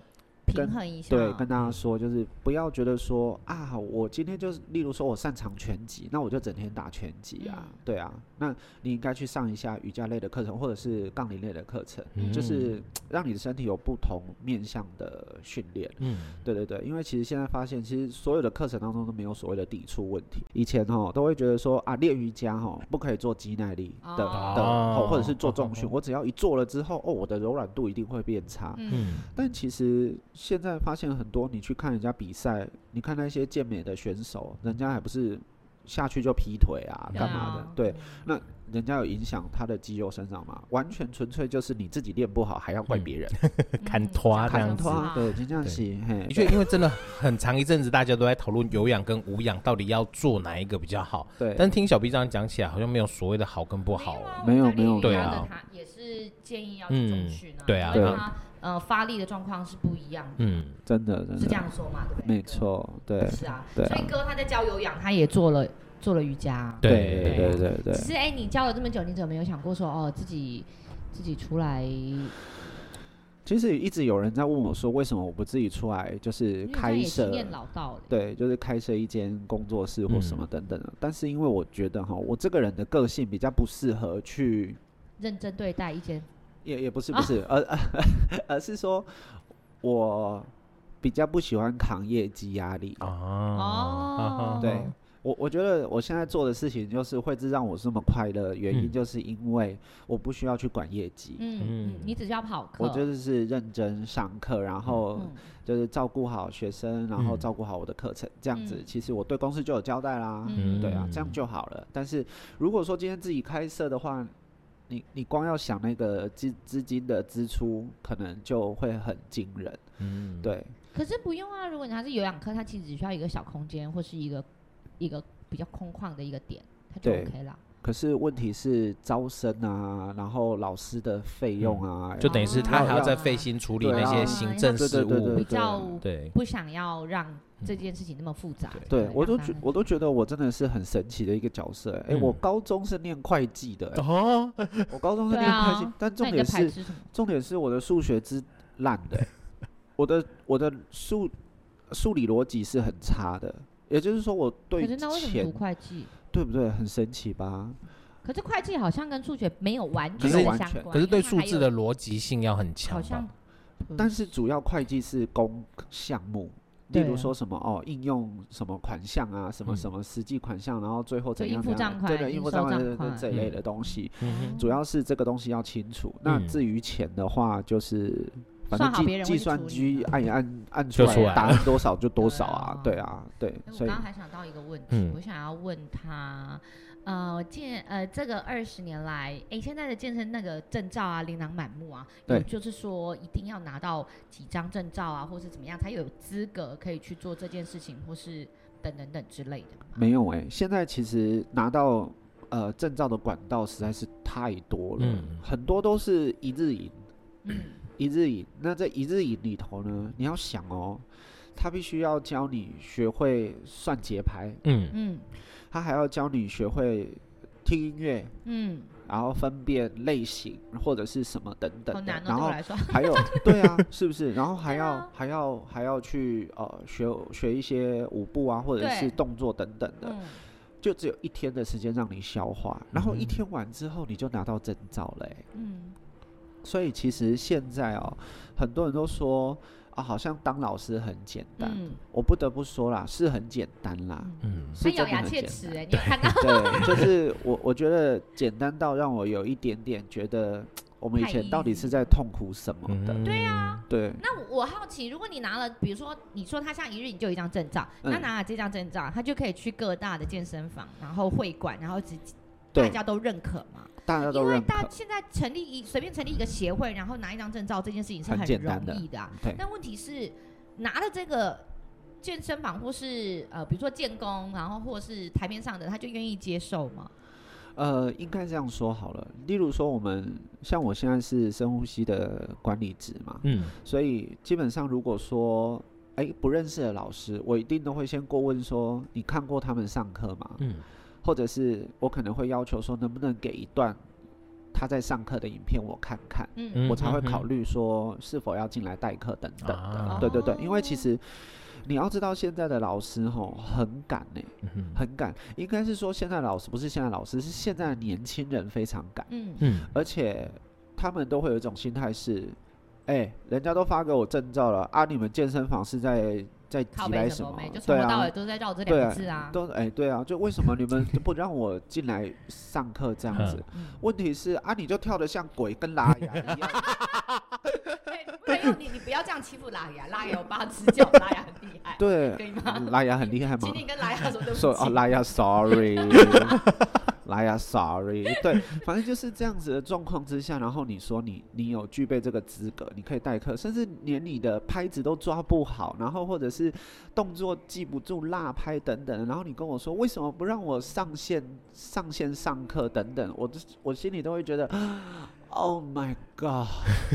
Speaker 1: 平
Speaker 3: 跟
Speaker 1: 衡一下。
Speaker 3: 对跟
Speaker 2: 嗯
Speaker 3: 大家说，就是不要觉得说啊，我今天就是，例如说我擅长拳击，那我就整天打拳击啊，
Speaker 1: 嗯
Speaker 3: 对啊，那你应该去上一下瑜伽类的课程，或者是杠铃类的课程，
Speaker 2: 嗯
Speaker 3: 就是让你的身体有不同面向的训练。
Speaker 2: 嗯，
Speaker 3: 对对对，因为其实现在发现，其实所有的课程当中都没有所谓的抵触问题。以前哦，都会觉得说啊，练瑜伽哦，不可以做肌耐力的的、
Speaker 2: 哦
Speaker 3: 哦，或者是做重训，我只要一做了之后，哦，我的柔软度一定会变差。
Speaker 1: 嗯，
Speaker 2: 嗯，
Speaker 3: 但其实现在发现很多，你去看人家比赛，你看那些健美的选手，人家还不是下去就劈腿啊，
Speaker 1: 对
Speaker 3: 干嘛的
Speaker 1: 啊？
Speaker 3: 对，那人家有影响他的肌肉生长吗？完全纯粹就是你自己练不好，还要怪别人。
Speaker 1: 嗯
Speaker 2: 砍拖啊
Speaker 1: 嗯
Speaker 2: 这样
Speaker 3: 砍
Speaker 2: 子
Speaker 3: 头啊对，就这样
Speaker 2: 对
Speaker 3: 子，嘿
Speaker 2: 的，确，因为真的很长一阵子，大家都在讨论有氧跟无氧到底要做哪一个比较好。
Speaker 3: 对。
Speaker 2: 但听小 B 这样讲起来，好像没有所谓的好跟不好哦。
Speaker 3: 没有
Speaker 1: 我在
Speaker 3: 没有
Speaker 1: 练
Speaker 2: 对
Speaker 1: 瑜伽
Speaker 2: 啊
Speaker 1: 的他也是建议要去重训啊，
Speaker 2: 嗯对啊
Speaker 1: 因为
Speaker 3: 对
Speaker 1: 他呃发力的状况是不一样的，
Speaker 2: 嗯，
Speaker 3: 真的，真
Speaker 1: 是这
Speaker 3: 的，
Speaker 1: 样说嘛，对不对？
Speaker 3: 没错，对
Speaker 1: 哥，，是啊，
Speaker 3: 对啊
Speaker 1: 所以哥他在教有氧，他也做了做了瑜伽啊。
Speaker 2: 对
Speaker 3: 对对对对
Speaker 1: 只。是哎，你教了这么久，你怎么没有想过说哦自己自己出来？
Speaker 3: 其实一直有人在问我说，为什么我不自己出来，就是
Speaker 1: 因为他
Speaker 3: 开
Speaker 1: 也
Speaker 3: 设
Speaker 1: 经，验老道了，
Speaker 3: 对，就是开设一间工作室或什么
Speaker 2: 嗯
Speaker 3: 等等的。但是因为我觉得哈，我这个人的个性比较不适合去，
Speaker 1: 认真对待一间
Speaker 3: 也也不是不是，而、而而是说我比较不喜欢扛业绩压力。
Speaker 2: 啊，
Speaker 1: 哦
Speaker 3: 对我我觉得我现在做的事情就是会是让我这么快乐，原因
Speaker 2: 嗯
Speaker 3: 就是因为我不需要去管业绩，
Speaker 1: 嗯
Speaker 2: 嗯
Speaker 1: 嗯，你只是要跑课，
Speaker 3: 我就是认真上课，然后
Speaker 1: 嗯
Speaker 3: 就是照顾好学生，然后
Speaker 2: 嗯
Speaker 3: 照顾好我的课程，这样子
Speaker 1: 嗯
Speaker 3: 其实我对公司就有交代啦，
Speaker 1: 嗯
Speaker 3: 对啊，这样就好了。但是如果说今天自己开设的话，你你光要想那个资资金的支出，可能就会很惊人。
Speaker 2: 嗯，
Speaker 3: 对，
Speaker 1: 可是不用啊，如果你还是有氧课，它其实只需要一个小空间或是一个一个比较空旷的一个点，它就
Speaker 3: 对
Speaker 1: OK 了。
Speaker 3: 可是问题是招生啊，然后老师的费用啊，
Speaker 2: 嗯就等于是他还要再费心处理那些
Speaker 1: 对啊
Speaker 2: 行政
Speaker 3: 对
Speaker 2: 事
Speaker 3: 对对哦对啊
Speaker 2: 务
Speaker 1: 比。较
Speaker 2: 对，
Speaker 1: 不想要让这件事情那么复杂。
Speaker 3: 对我都觉
Speaker 1: 让它
Speaker 3: 我都觉得我真的是很神奇的一个角色、哎、
Speaker 2: 嗯
Speaker 3: 我高中是念会计的、哎
Speaker 2: 哦，
Speaker 3: 我高中是
Speaker 1: 嗯对
Speaker 3: 念会
Speaker 1: 啊
Speaker 3: 计，但重
Speaker 1: 那你
Speaker 3: 点
Speaker 1: 在排
Speaker 3: 是
Speaker 1: 斥什么？
Speaker 3: 重点是我的数学之烂的 *laughs* 欸、我的我的数数理逻辑是很差的，也就是说我对
Speaker 1: 可是那为什么
Speaker 3: 钱
Speaker 1: 读嗯会计？
Speaker 3: 对不对？很神奇吧？
Speaker 1: 可是会计好像跟数学没有完
Speaker 2: 可
Speaker 1: 全
Speaker 2: 是
Speaker 1: 的相
Speaker 3: 完
Speaker 1: 关，
Speaker 2: 可是对
Speaker 1: 因为它
Speaker 2: 数
Speaker 1: 还
Speaker 2: 字的逻辑性要很
Speaker 1: 有
Speaker 2: 强
Speaker 1: 好
Speaker 2: 吧，
Speaker 1: 像，
Speaker 3: 但是主要会计是公项目。例
Speaker 1: 对
Speaker 3: 如
Speaker 1: 啊
Speaker 3: 说什么哦，应用什么款项啊，什么
Speaker 2: 嗯
Speaker 3: 什么实际款项，然后最后
Speaker 1: 就
Speaker 3: 怎
Speaker 1: 应
Speaker 3: 样
Speaker 1: 付
Speaker 3: 怎
Speaker 1: 账
Speaker 3: 样，
Speaker 1: 款
Speaker 3: 对的，应
Speaker 1: 应
Speaker 3: 付
Speaker 1: 收
Speaker 3: 账款
Speaker 1: 账
Speaker 3: 这这这
Speaker 2: 款
Speaker 3: 一类的东西，
Speaker 2: 嗯哼
Speaker 3: 主要是这个东西要清楚。那
Speaker 2: 嗯
Speaker 3: 至于钱的话，就是反
Speaker 1: 算
Speaker 3: 正
Speaker 1: 好别
Speaker 3: 计
Speaker 1: 人
Speaker 3: 计
Speaker 1: 会去
Speaker 3: 算
Speaker 1: 处理
Speaker 3: 机按一按按出
Speaker 2: 就出
Speaker 3: 来，
Speaker 2: 来
Speaker 3: 答
Speaker 2: 了
Speaker 3: 案多少就多少啊，
Speaker 1: 对
Speaker 3: 对啊，对，
Speaker 1: 哎我
Speaker 3: 所
Speaker 1: 刚
Speaker 3: 以
Speaker 1: 刚还想到一个问题，
Speaker 2: 嗯
Speaker 1: 我想要问他，呃，健呃，这个二十年来，哎，现在的健身那个证照啊，琳琅满目啊，有
Speaker 3: 对
Speaker 1: 就是说一定要拿到几张证照啊，或是怎么样才有资格可以去做这件事情，或是等等等之类的吗
Speaker 3: 没有哎、现在其实拿到呃证照的管道实在是太多了，
Speaker 2: 嗯
Speaker 3: 很多都是一日营，
Speaker 1: 嗯
Speaker 3: 一日营。那在一日营里头呢，你要想哦，他必须要教你学会算节拍，
Speaker 2: 嗯
Speaker 1: 嗯
Speaker 3: 他还要教你学会听音乐，
Speaker 1: 嗯，
Speaker 3: 然后分辨类型或者是什么等等
Speaker 1: 好
Speaker 3: 的，
Speaker 1: 难哦，
Speaker 3: 然
Speaker 1: 对我
Speaker 3: 后
Speaker 1: 来说， *laughs*
Speaker 3: 还有对啊，是不是？然后还
Speaker 1: 对
Speaker 3: 要、
Speaker 1: 啊
Speaker 3: 还要还要去呃学学一些舞步啊，或者
Speaker 1: 对
Speaker 3: 是动作等等的，
Speaker 1: 嗯，
Speaker 3: 就只有一天的时间让你消化，然后一
Speaker 2: 嗯
Speaker 3: 天完之后你就拿到证照了欸、
Speaker 1: 嗯
Speaker 3: 所以其实现在哦，很多人都说啊，好像当老师很简单，
Speaker 1: 嗯
Speaker 3: 我不得不说啦，是很简单啦，
Speaker 1: 嗯，
Speaker 2: 嗯，
Speaker 1: 他
Speaker 3: 是
Speaker 1: 咬
Speaker 3: 真的
Speaker 1: 牙
Speaker 3: 很
Speaker 1: 切
Speaker 3: 简
Speaker 1: 齿
Speaker 3: 单。 *laughs*
Speaker 1: 哎，你有看到？
Speaker 3: 对，就是我我觉得简单到让我有一点点觉得我们以
Speaker 1: 太
Speaker 3: 前到底
Speaker 1: easy
Speaker 3: 是在痛苦什
Speaker 2: 嗯
Speaker 3: 么的，
Speaker 2: 对
Speaker 1: 啊
Speaker 2: 呀，
Speaker 3: 对。
Speaker 1: 那我我好奇，如果你拿了，比如说你说他像一日你就有一张证照，
Speaker 3: 嗯
Speaker 1: 他拿了这张证照，他就可以去各大的健身房，然后会馆，然后直大
Speaker 3: 对，
Speaker 1: 家都认可嘛？
Speaker 3: 大家都
Speaker 1: 因为
Speaker 3: 认
Speaker 1: 大
Speaker 3: 可，
Speaker 1: 现在成立一随便成立一个协会，然后拿一张证照这件事情是
Speaker 3: 很
Speaker 1: 很
Speaker 3: 简单
Speaker 1: 容易的啊。
Speaker 3: 对，
Speaker 1: 但问题是拿了这个。健身房或是呃，比如说建工，然后或是台面上的，他就愿意接受吗？
Speaker 3: 呃，应该这样说好了。例如说，我们像我现在是深呼吸的管理职嘛，
Speaker 2: 嗯
Speaker 3: 所以基本上如果说哎、不认识的老师，我一定都会先过问说你看过他们上课吗？
Speaker 2: 嗯
Speaker 3: 或者是我可能会要求说能不能给一段他在上课的影片我看看，
Speaker 1: 嗯
Speaker 2: 嗯，
Speaker 3: 我才会考
Speaker 2: 虑
Speaker 3: 虑说是否要进来代课等等的。
Speaker 2: 啊
Speaker 3: 对对对，因为其
Speaker 1: 哦
Speaker 3: 实你要知道现在的老师吼很赶呢、
Speaker 2: 嗯
Speaker 3: 很赶，应该是说现在老师不是现在老师，是现在的年轻人非常赶，
Speaker 1: 嗯
Speaker 2: 嗯
Speaker 3: 而且他们都会有一种心态是，哎、人家都发给我证照了啊，你们健身房是在在
Speaker 1: 靠
Speaker 3: 挤来
Speaker 1: 背
Speaker 3: 什
Speaker 1: 么
Speaker 3: 么
Speaker 1: 没，就？从
Speaker 3: 对
Speaker 1: 头到尾
Speaker 3: 啊，
Speaker 1: 都在绕这
Speaker 3: 对
Speaker 1: 两个
Speaker 3: 啊
Speaker 1: 字啊。
Speaker 3: 都哎、对啊，就为什么
Speaker 1: *laughs*
Speaker 3: 你们就不让我进来上课这样子？
Speaker 1: 嗯
Speaker 3: 问题是啊，你就跳得像鬼
Speaker 1: *laughs*
Speaker 3: 跟拉牙一样，
Speaker 2: *laughs*
Speaker 1: 对，不能用你，你不要这样欺负拉雅，拉雅有八只脚，拉雅很厉 *laughs* 害，
Speaker 3: 对嗯
Speaker 1: 可，以吗？
Speaker 3: 拉牙很厉害吗
Speaker 1: 请？你跟拉雅说对不起。
Speaker 3: 说哦，拉呀，sorry，拉呀，sorry，对，反正就是这样子的状况之下，然后你说你你有具备这个资格，你可以代课，甚至连你的拍子都抓不好，然后或者是动作记不住落拍等等，然后你跟我说为什么不让我上线上线上课等等，我就是我心里都会觉得 *gasps* ，Oh my god，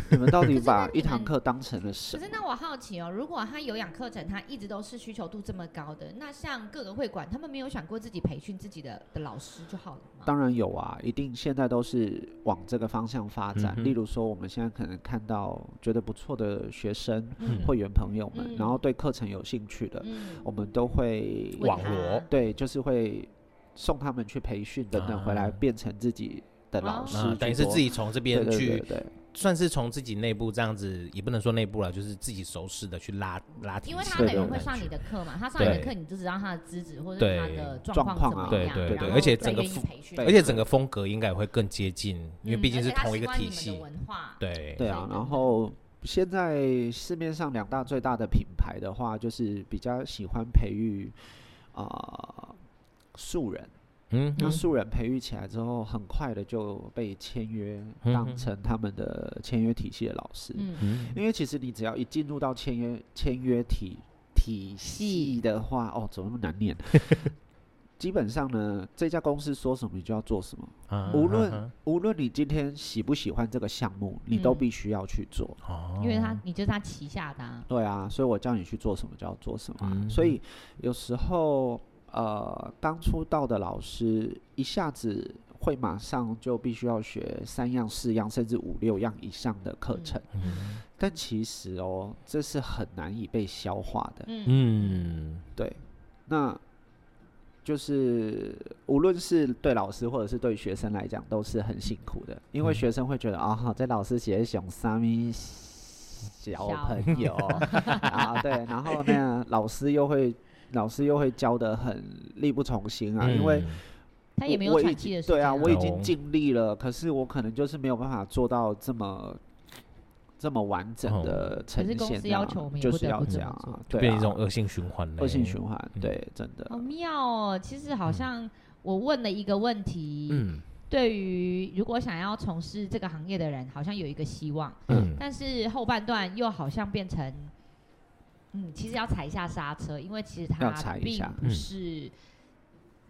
Speaker 3: 你们
Speaker 1: *laughs*
Speaker 3: 到
Speaker 1: 可
Speaker 3: 底
Speaker 1: 是那
Speaker 3: 把
Speaker 1: 你
Speaker 3: 一堂
Speaker 1: 们
Speaker 3: 课当成了什
Speaker 1: 可
Speaker 3: 么
Speaker 1: 是？那我好奇哦，如果他有氧课程，他一直都是需求度这么高的，那像各个会馆，他们没有想过自己培训自己的的老师就好了吗？
Speaker 3: 当然有啊，一定现在都是往这个方向发展。
Speaker 2: 嗯哼
Speaker 3: 例如说，我们现在可能看到觉得不错的学生、
Speaker 1: 嗯
Speaker 3: 会员朋友们，
Speaker 1: 嗯
Speaker 3: 然后对课程有兴趣的，
Speaker 1: 嗯，
Speaker 3: 我们都会
Speaker 1: 问
Speaker 2: 网
Speaker 1: 他
Speaker 2: 罗
Speaker 3: 对，就是会送他们去培训等等，
Speaker 2: 啊
Speaker 3: 回来变成自己的老
Speaker 1: 哦
Speaker 3: 师去做、
Speaker 2: 啊，等于是自己从这
Speaker 3: 对
Speaker 2: 边
Speaker 3: 对对
Speaker 2: 去，
Speaker 3: 对，
Speaker 2: 算是从自己内部这样子，也不能说内部了，就是自己熟识的去拉拉提起
Speaker 1: 因
Speaker 2: 来
Speaker 1: 为
Speaker 2: 的
Speaker 1: 他
Speaker 2: 感觉，
Speaker 1: 等于会上你的课嘛，他上你的
Speaker 2: 对
Speaker 1: 课你就知道他的资质或者
Speaker 2: 对
Speaker 1: 他的
Speaker 3: 状
Speaker 1: 状况
Speaker 3: 况
Speaker 1: 怎
Speaker 3: 啊
Speaker 1: 么样，
Speaker 2: 对
Speaker 3: 对
Speaker 1: 然
Speaker 3: 对
Speaker 1: 后
Speaker 3: 而
Speaker 2: 且
Speaker 1: 再
Speaker 2: 整个
Speaker 1: 愿意
Speaker 2: 复
Speaker 1: 培训
Speaker 3: 对
Speaker 2: 而且整个风格应该也会更接近，因为
Speaker 1: 嗯
Speaker 2: 毕竟
Speaker 1: 而
Speaker 2: 是
Speaker 1: 且他
Speaker 2: 同一
Speaker 1: 习
Speaker 2: 个
Speaker 1: 惯你
Speaker 2: 体
Speaker 1: 们的
Speaker 2: 系。
Speaker 1: 文化，
Speaker 2: 对，
Speaker 3: 对
Speaker 1: 所以
Speaker 3: 啊
Speaker 1: 就。
Speaker 3: 然后现在市面上两大最大的品牌的话，就是比较喜欢培育啊、呃素人。
Speaker 2: 嗯
Speaker 3: 那素人培育起来之后，很快的就被签约，
Speaker 2: 嗯
Speaker 3: 当
Speaker 2: 哼
Speaker 3: 成他们的签约体系的老师。
Speaker 1: 嗯，
Speaker 2: 嗯
Speaker 3: 因为其实你只要一进入到签约签约体体系的话，哦，怎么那
Speaker 2: *laughs*
Speaker 3: 么难念？基本上呢，这家公司说什么你就要做什么，
Speaker 2: 啊
Speaker 3: 无论
Speaker 2: 啊
Speaker 3: 无论你今天喜不喜欢这个项目，你都
Speaker 1: 嗯
Speaker 3: 必须要去做。
Speaker 2: 啊哦
Speaker 1: 因为他你就是他旗下的啊，
Speaker 3: 对啊，所以我叫你去做什么就要做什么啊、所以有时候呃，刚出道的老师一下子会马上就必须要学三样、四样，甚至五六样以上的课
Speaker 1: 嗯
Speaker 3: 程，
Speaker 2: 嗯
Speaker 3: 但其实哦，这是很难以被消化的。
Speaker 1: 嗯
Speaker 2: 嗯
Speaker 3: 对，那就是无论是对老师或者是对学生来讲，都是很辛苦的，因为
Speaker 2: 嗯
Speaker 3: 学生会觉得啊、这老师写熊三咪小朋友啊，对，然后呢，老师又会。老师又会教的很力不从心啊，因为
Speaker 2: 嗯
Speaker 1: 他也没
Speaker 3: 我
Speaker 1: 有
Speaker 3: 我
Speaker 1: 喘
Speaker 3: 已
Speaker 1: 气
Speaker 3: 经
Speaker 1: 的时间
Speaker 3: 对啊，
Speaker 1: 了
Speaker 3: 我已经
Speaker 2: 懂
Speaker 3: 尽力了，可是我可能就是没有办法做到这么这么完整的呈
Speaker 1: 可是
Speaker 3: 现、啊
Speaker 1: 公司要求我们也
Speaker 3: 就
Speaker 1: 不
Speaker 3: 是
Speaker 1: 得
Speaker 3: 要
Speaker 1: 不这
Speaker 3: 这
Speaker 1: 么
Speaker 3: 样
Speaker 1: 做
Speaker 3: 啊，
Speaker 2: 就
Speaker 3: 对
Speaker 2: 哦变
Speaker 3: 啊，
Speaker 2: 成一种恶性循环了。
Speaker 3: 恶性循环，
Speaker 2: 嗯
Speaker 3: 对，真的
Speaker 1: 好妙哦！其实好像我问了一个问题，
Speaker 2: 嗯
Speaker 1: 对于如果想要从事这个行业的人，好像有一个希望，
Speaker 2: 嗯，
Speaker 1: 但是后半段又好像变成，嗯，其实要踩一下刹车，因为其实它
Speaker 3: 要踩一
Speaker 1: 并
Speaker 3: 下
Speaker 1: 不是。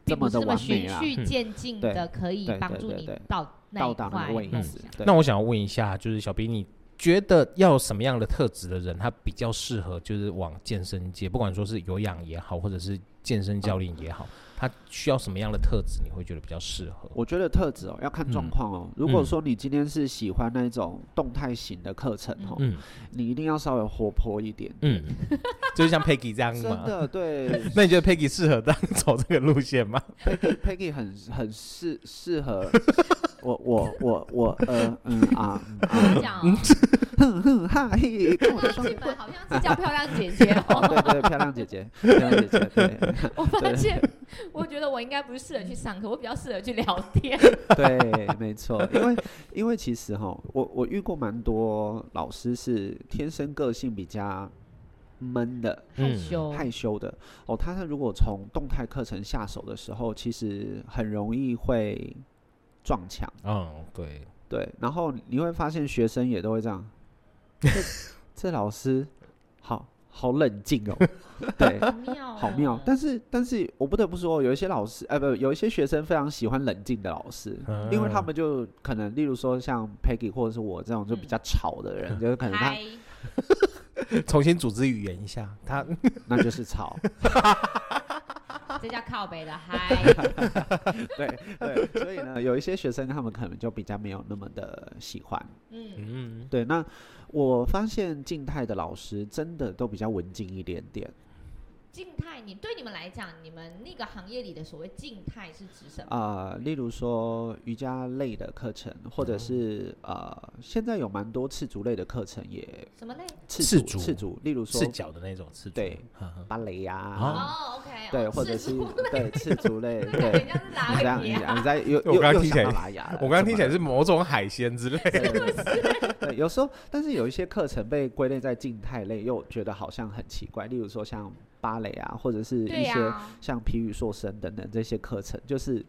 Speaker 3: 这
Speaker 1: 并不
Speaker 3: 么
Speaker 1: 是
Speaker 3: 的
Speaker 1: 这么
Speaker 3: 完美
Speaker 1: 循
Speaker 3: 啊
Speaker 1: 序
Speaker 2: 嗯
Speaker 1: 渐进
Speaker 3: 对
Speaker 1: 的，可以
Speaker 3: 对
Speaker 1: 帮
Speaker 3: 对
Speaker 1: 助
Speaker 3: 对
Speaker 1: 你
Speaker 3: 对
Speaker 1: 到那
Speaker 3: 到
Speaker 1: 一
Speaker 3: 达那
Speaker 1: 块
Speaker 3: 个位
Speaker 1: 梦
Speaker 3: 置
Speaker 1: 想。。
Speaker 3: 对
Speaker 2: 那我想要问一下，就是小兵，你觉得要有什么样的特质的人，他比较适合就是往健身界，不管说是有氧也好，或者是健身教练也好，他需要什么样的特质，你会觉得比较适合？
Speaker 3: 我觉得特质哦，要看状
Speaker 2: 嗯
Speaker 3: 况哦。如果说你今天是喜欢那种动态型的课程哦，
Speaker 2: 嗯
Speaker 3: 你一定要稍微活泼一点。
Speaker 2: 嗯， *laughs* 就是像 Peggy 这样
Speaker 3: 真
Speaker 2: 嘛。
Speaker 3: 的，对
Speaker 2: 嗯 *laughs* 那你觉得 Peggy 适合当走这个路线吗？
Speaker 3: ，Peggy Peggy 很很适适合我我我我呃嗯啊嗯啊，
Speaker 1: 讲哦，
Speaker 3: 哼哼哈嘿，跟我的双 *laughs*
Speaker 1: 这
Speaker 3: 棍
Speaker 1: 本。好像是叫漂亮姐姐
Speaker 3: *laughs*
Speaker 1: 哦。
Speaker 3: 对对，漂亮姐姐，漂亮姐姐，对
Speaker 1: 我发现，我觉得我应该不是适合去上课，我比较适合去聊天。
Speaker 3: 对，没错。因为因为其实哈，我我遇过蛮多老师是天生个性比较闷的，
Speaker 2: 嗯
Speaker 1: 害羞，
Speaker 3: 害羞的哦。他是如果从动态课程下手的时候，其实很容易会撞墙。
Speaker 2: 嗯，对，
Speaker 3: 对，然后你会发现学生也都会这样。这这老师好好冷静哦，对，
Speaker 1: 好妙哦，
Speaker 3: *laughs* 好妙。但是但是我不得不说，有一些老师，呃，不，有一些学生非常喜欢冷静的老师。因
Speaker 2: 嗯
Speaker 3: 为他们就可能，例如说像 Peggy 或者是我这种就比较吵的人，就是可能
Speaker 1: 嗯
Speaker 3: 他
Speaker 1: 嗨
Speaker 2: 嗯重新组织语言一下，他
Speaker 3: 那就是吵，
Speaker 1: 这叫靠北的
Speaker 3: *laughs*
Speaker 1: 嗨，
Speaker 3: 对对，所以呢，有一些学生他们可能就比较没有那么的喜欢。
Speaker 1: 嗯，
Speaker 2: 嗯
Speaker 3: 对，那我发现静态的老师真的都比较文静一点点
Speaker 1: 静态。你对你们来讲，你们那个行业里的所谓静态是指什么？
Speaker 3: 啊、例如说瑜伽类的课程，或者是、呃，现在有蛮多赤足类的课程也
Speaker 1: 什么类？
Speaker 3: 赤
Speaker 2: 赤足
Speaker 3: 足赤足，例如说
Speaker 2: 赤脚的那种赤足，
Speaker 3: 对
Speaker 2: 呵呵，
Speaker 3: 芭蕾呀、
Speaker 2: 啊
Speaker 1: 哦，OK，
Speaker 3: 对，
Speaker 1: 哦
Speaker 3: 或者
Speaker 1: 赤
Speaker 3: 是
Speaker 1: 足 *laughs*
Speaker 3: 对赤足类，
Speaker 1: 那感觉
Speaker 3: 对。
Speaker 1: 像是
Speaker 3: 你
Speaker 1: 拉
Speaker 3: 这样，
Speaker 1: 个
Speaker 3: 你
Speaker 1: 别
Speaker 3: 这样，你在又
Speaker 2: *laughs* 我
Speaker 3: 又
Speaker 2: 刚刚
Speaker 3: 又
Speaker 2: 听
Speaker 3: 想
Speaker 2: 起来
Speaker 3: 到拉雅了，
Speaker 2: 我刚刚
Speaker 3: 怎
Speaker 2: 听
Speaker 3: 么
Speaker 2: 起来
Speaker 3: 了
Speaker 2: 是某种海鲜之类，
Speaker 3: 对对对对，有时候，但是有一些课程被归类在静态类，又觉得好像很奇怪。例如说像芭蕾啊，或者是
Speaker 1: 对
Speaker 3: 一
Speaker 1: 呀、
Speaker 3: 些像皮语硕生等等这些课程，就是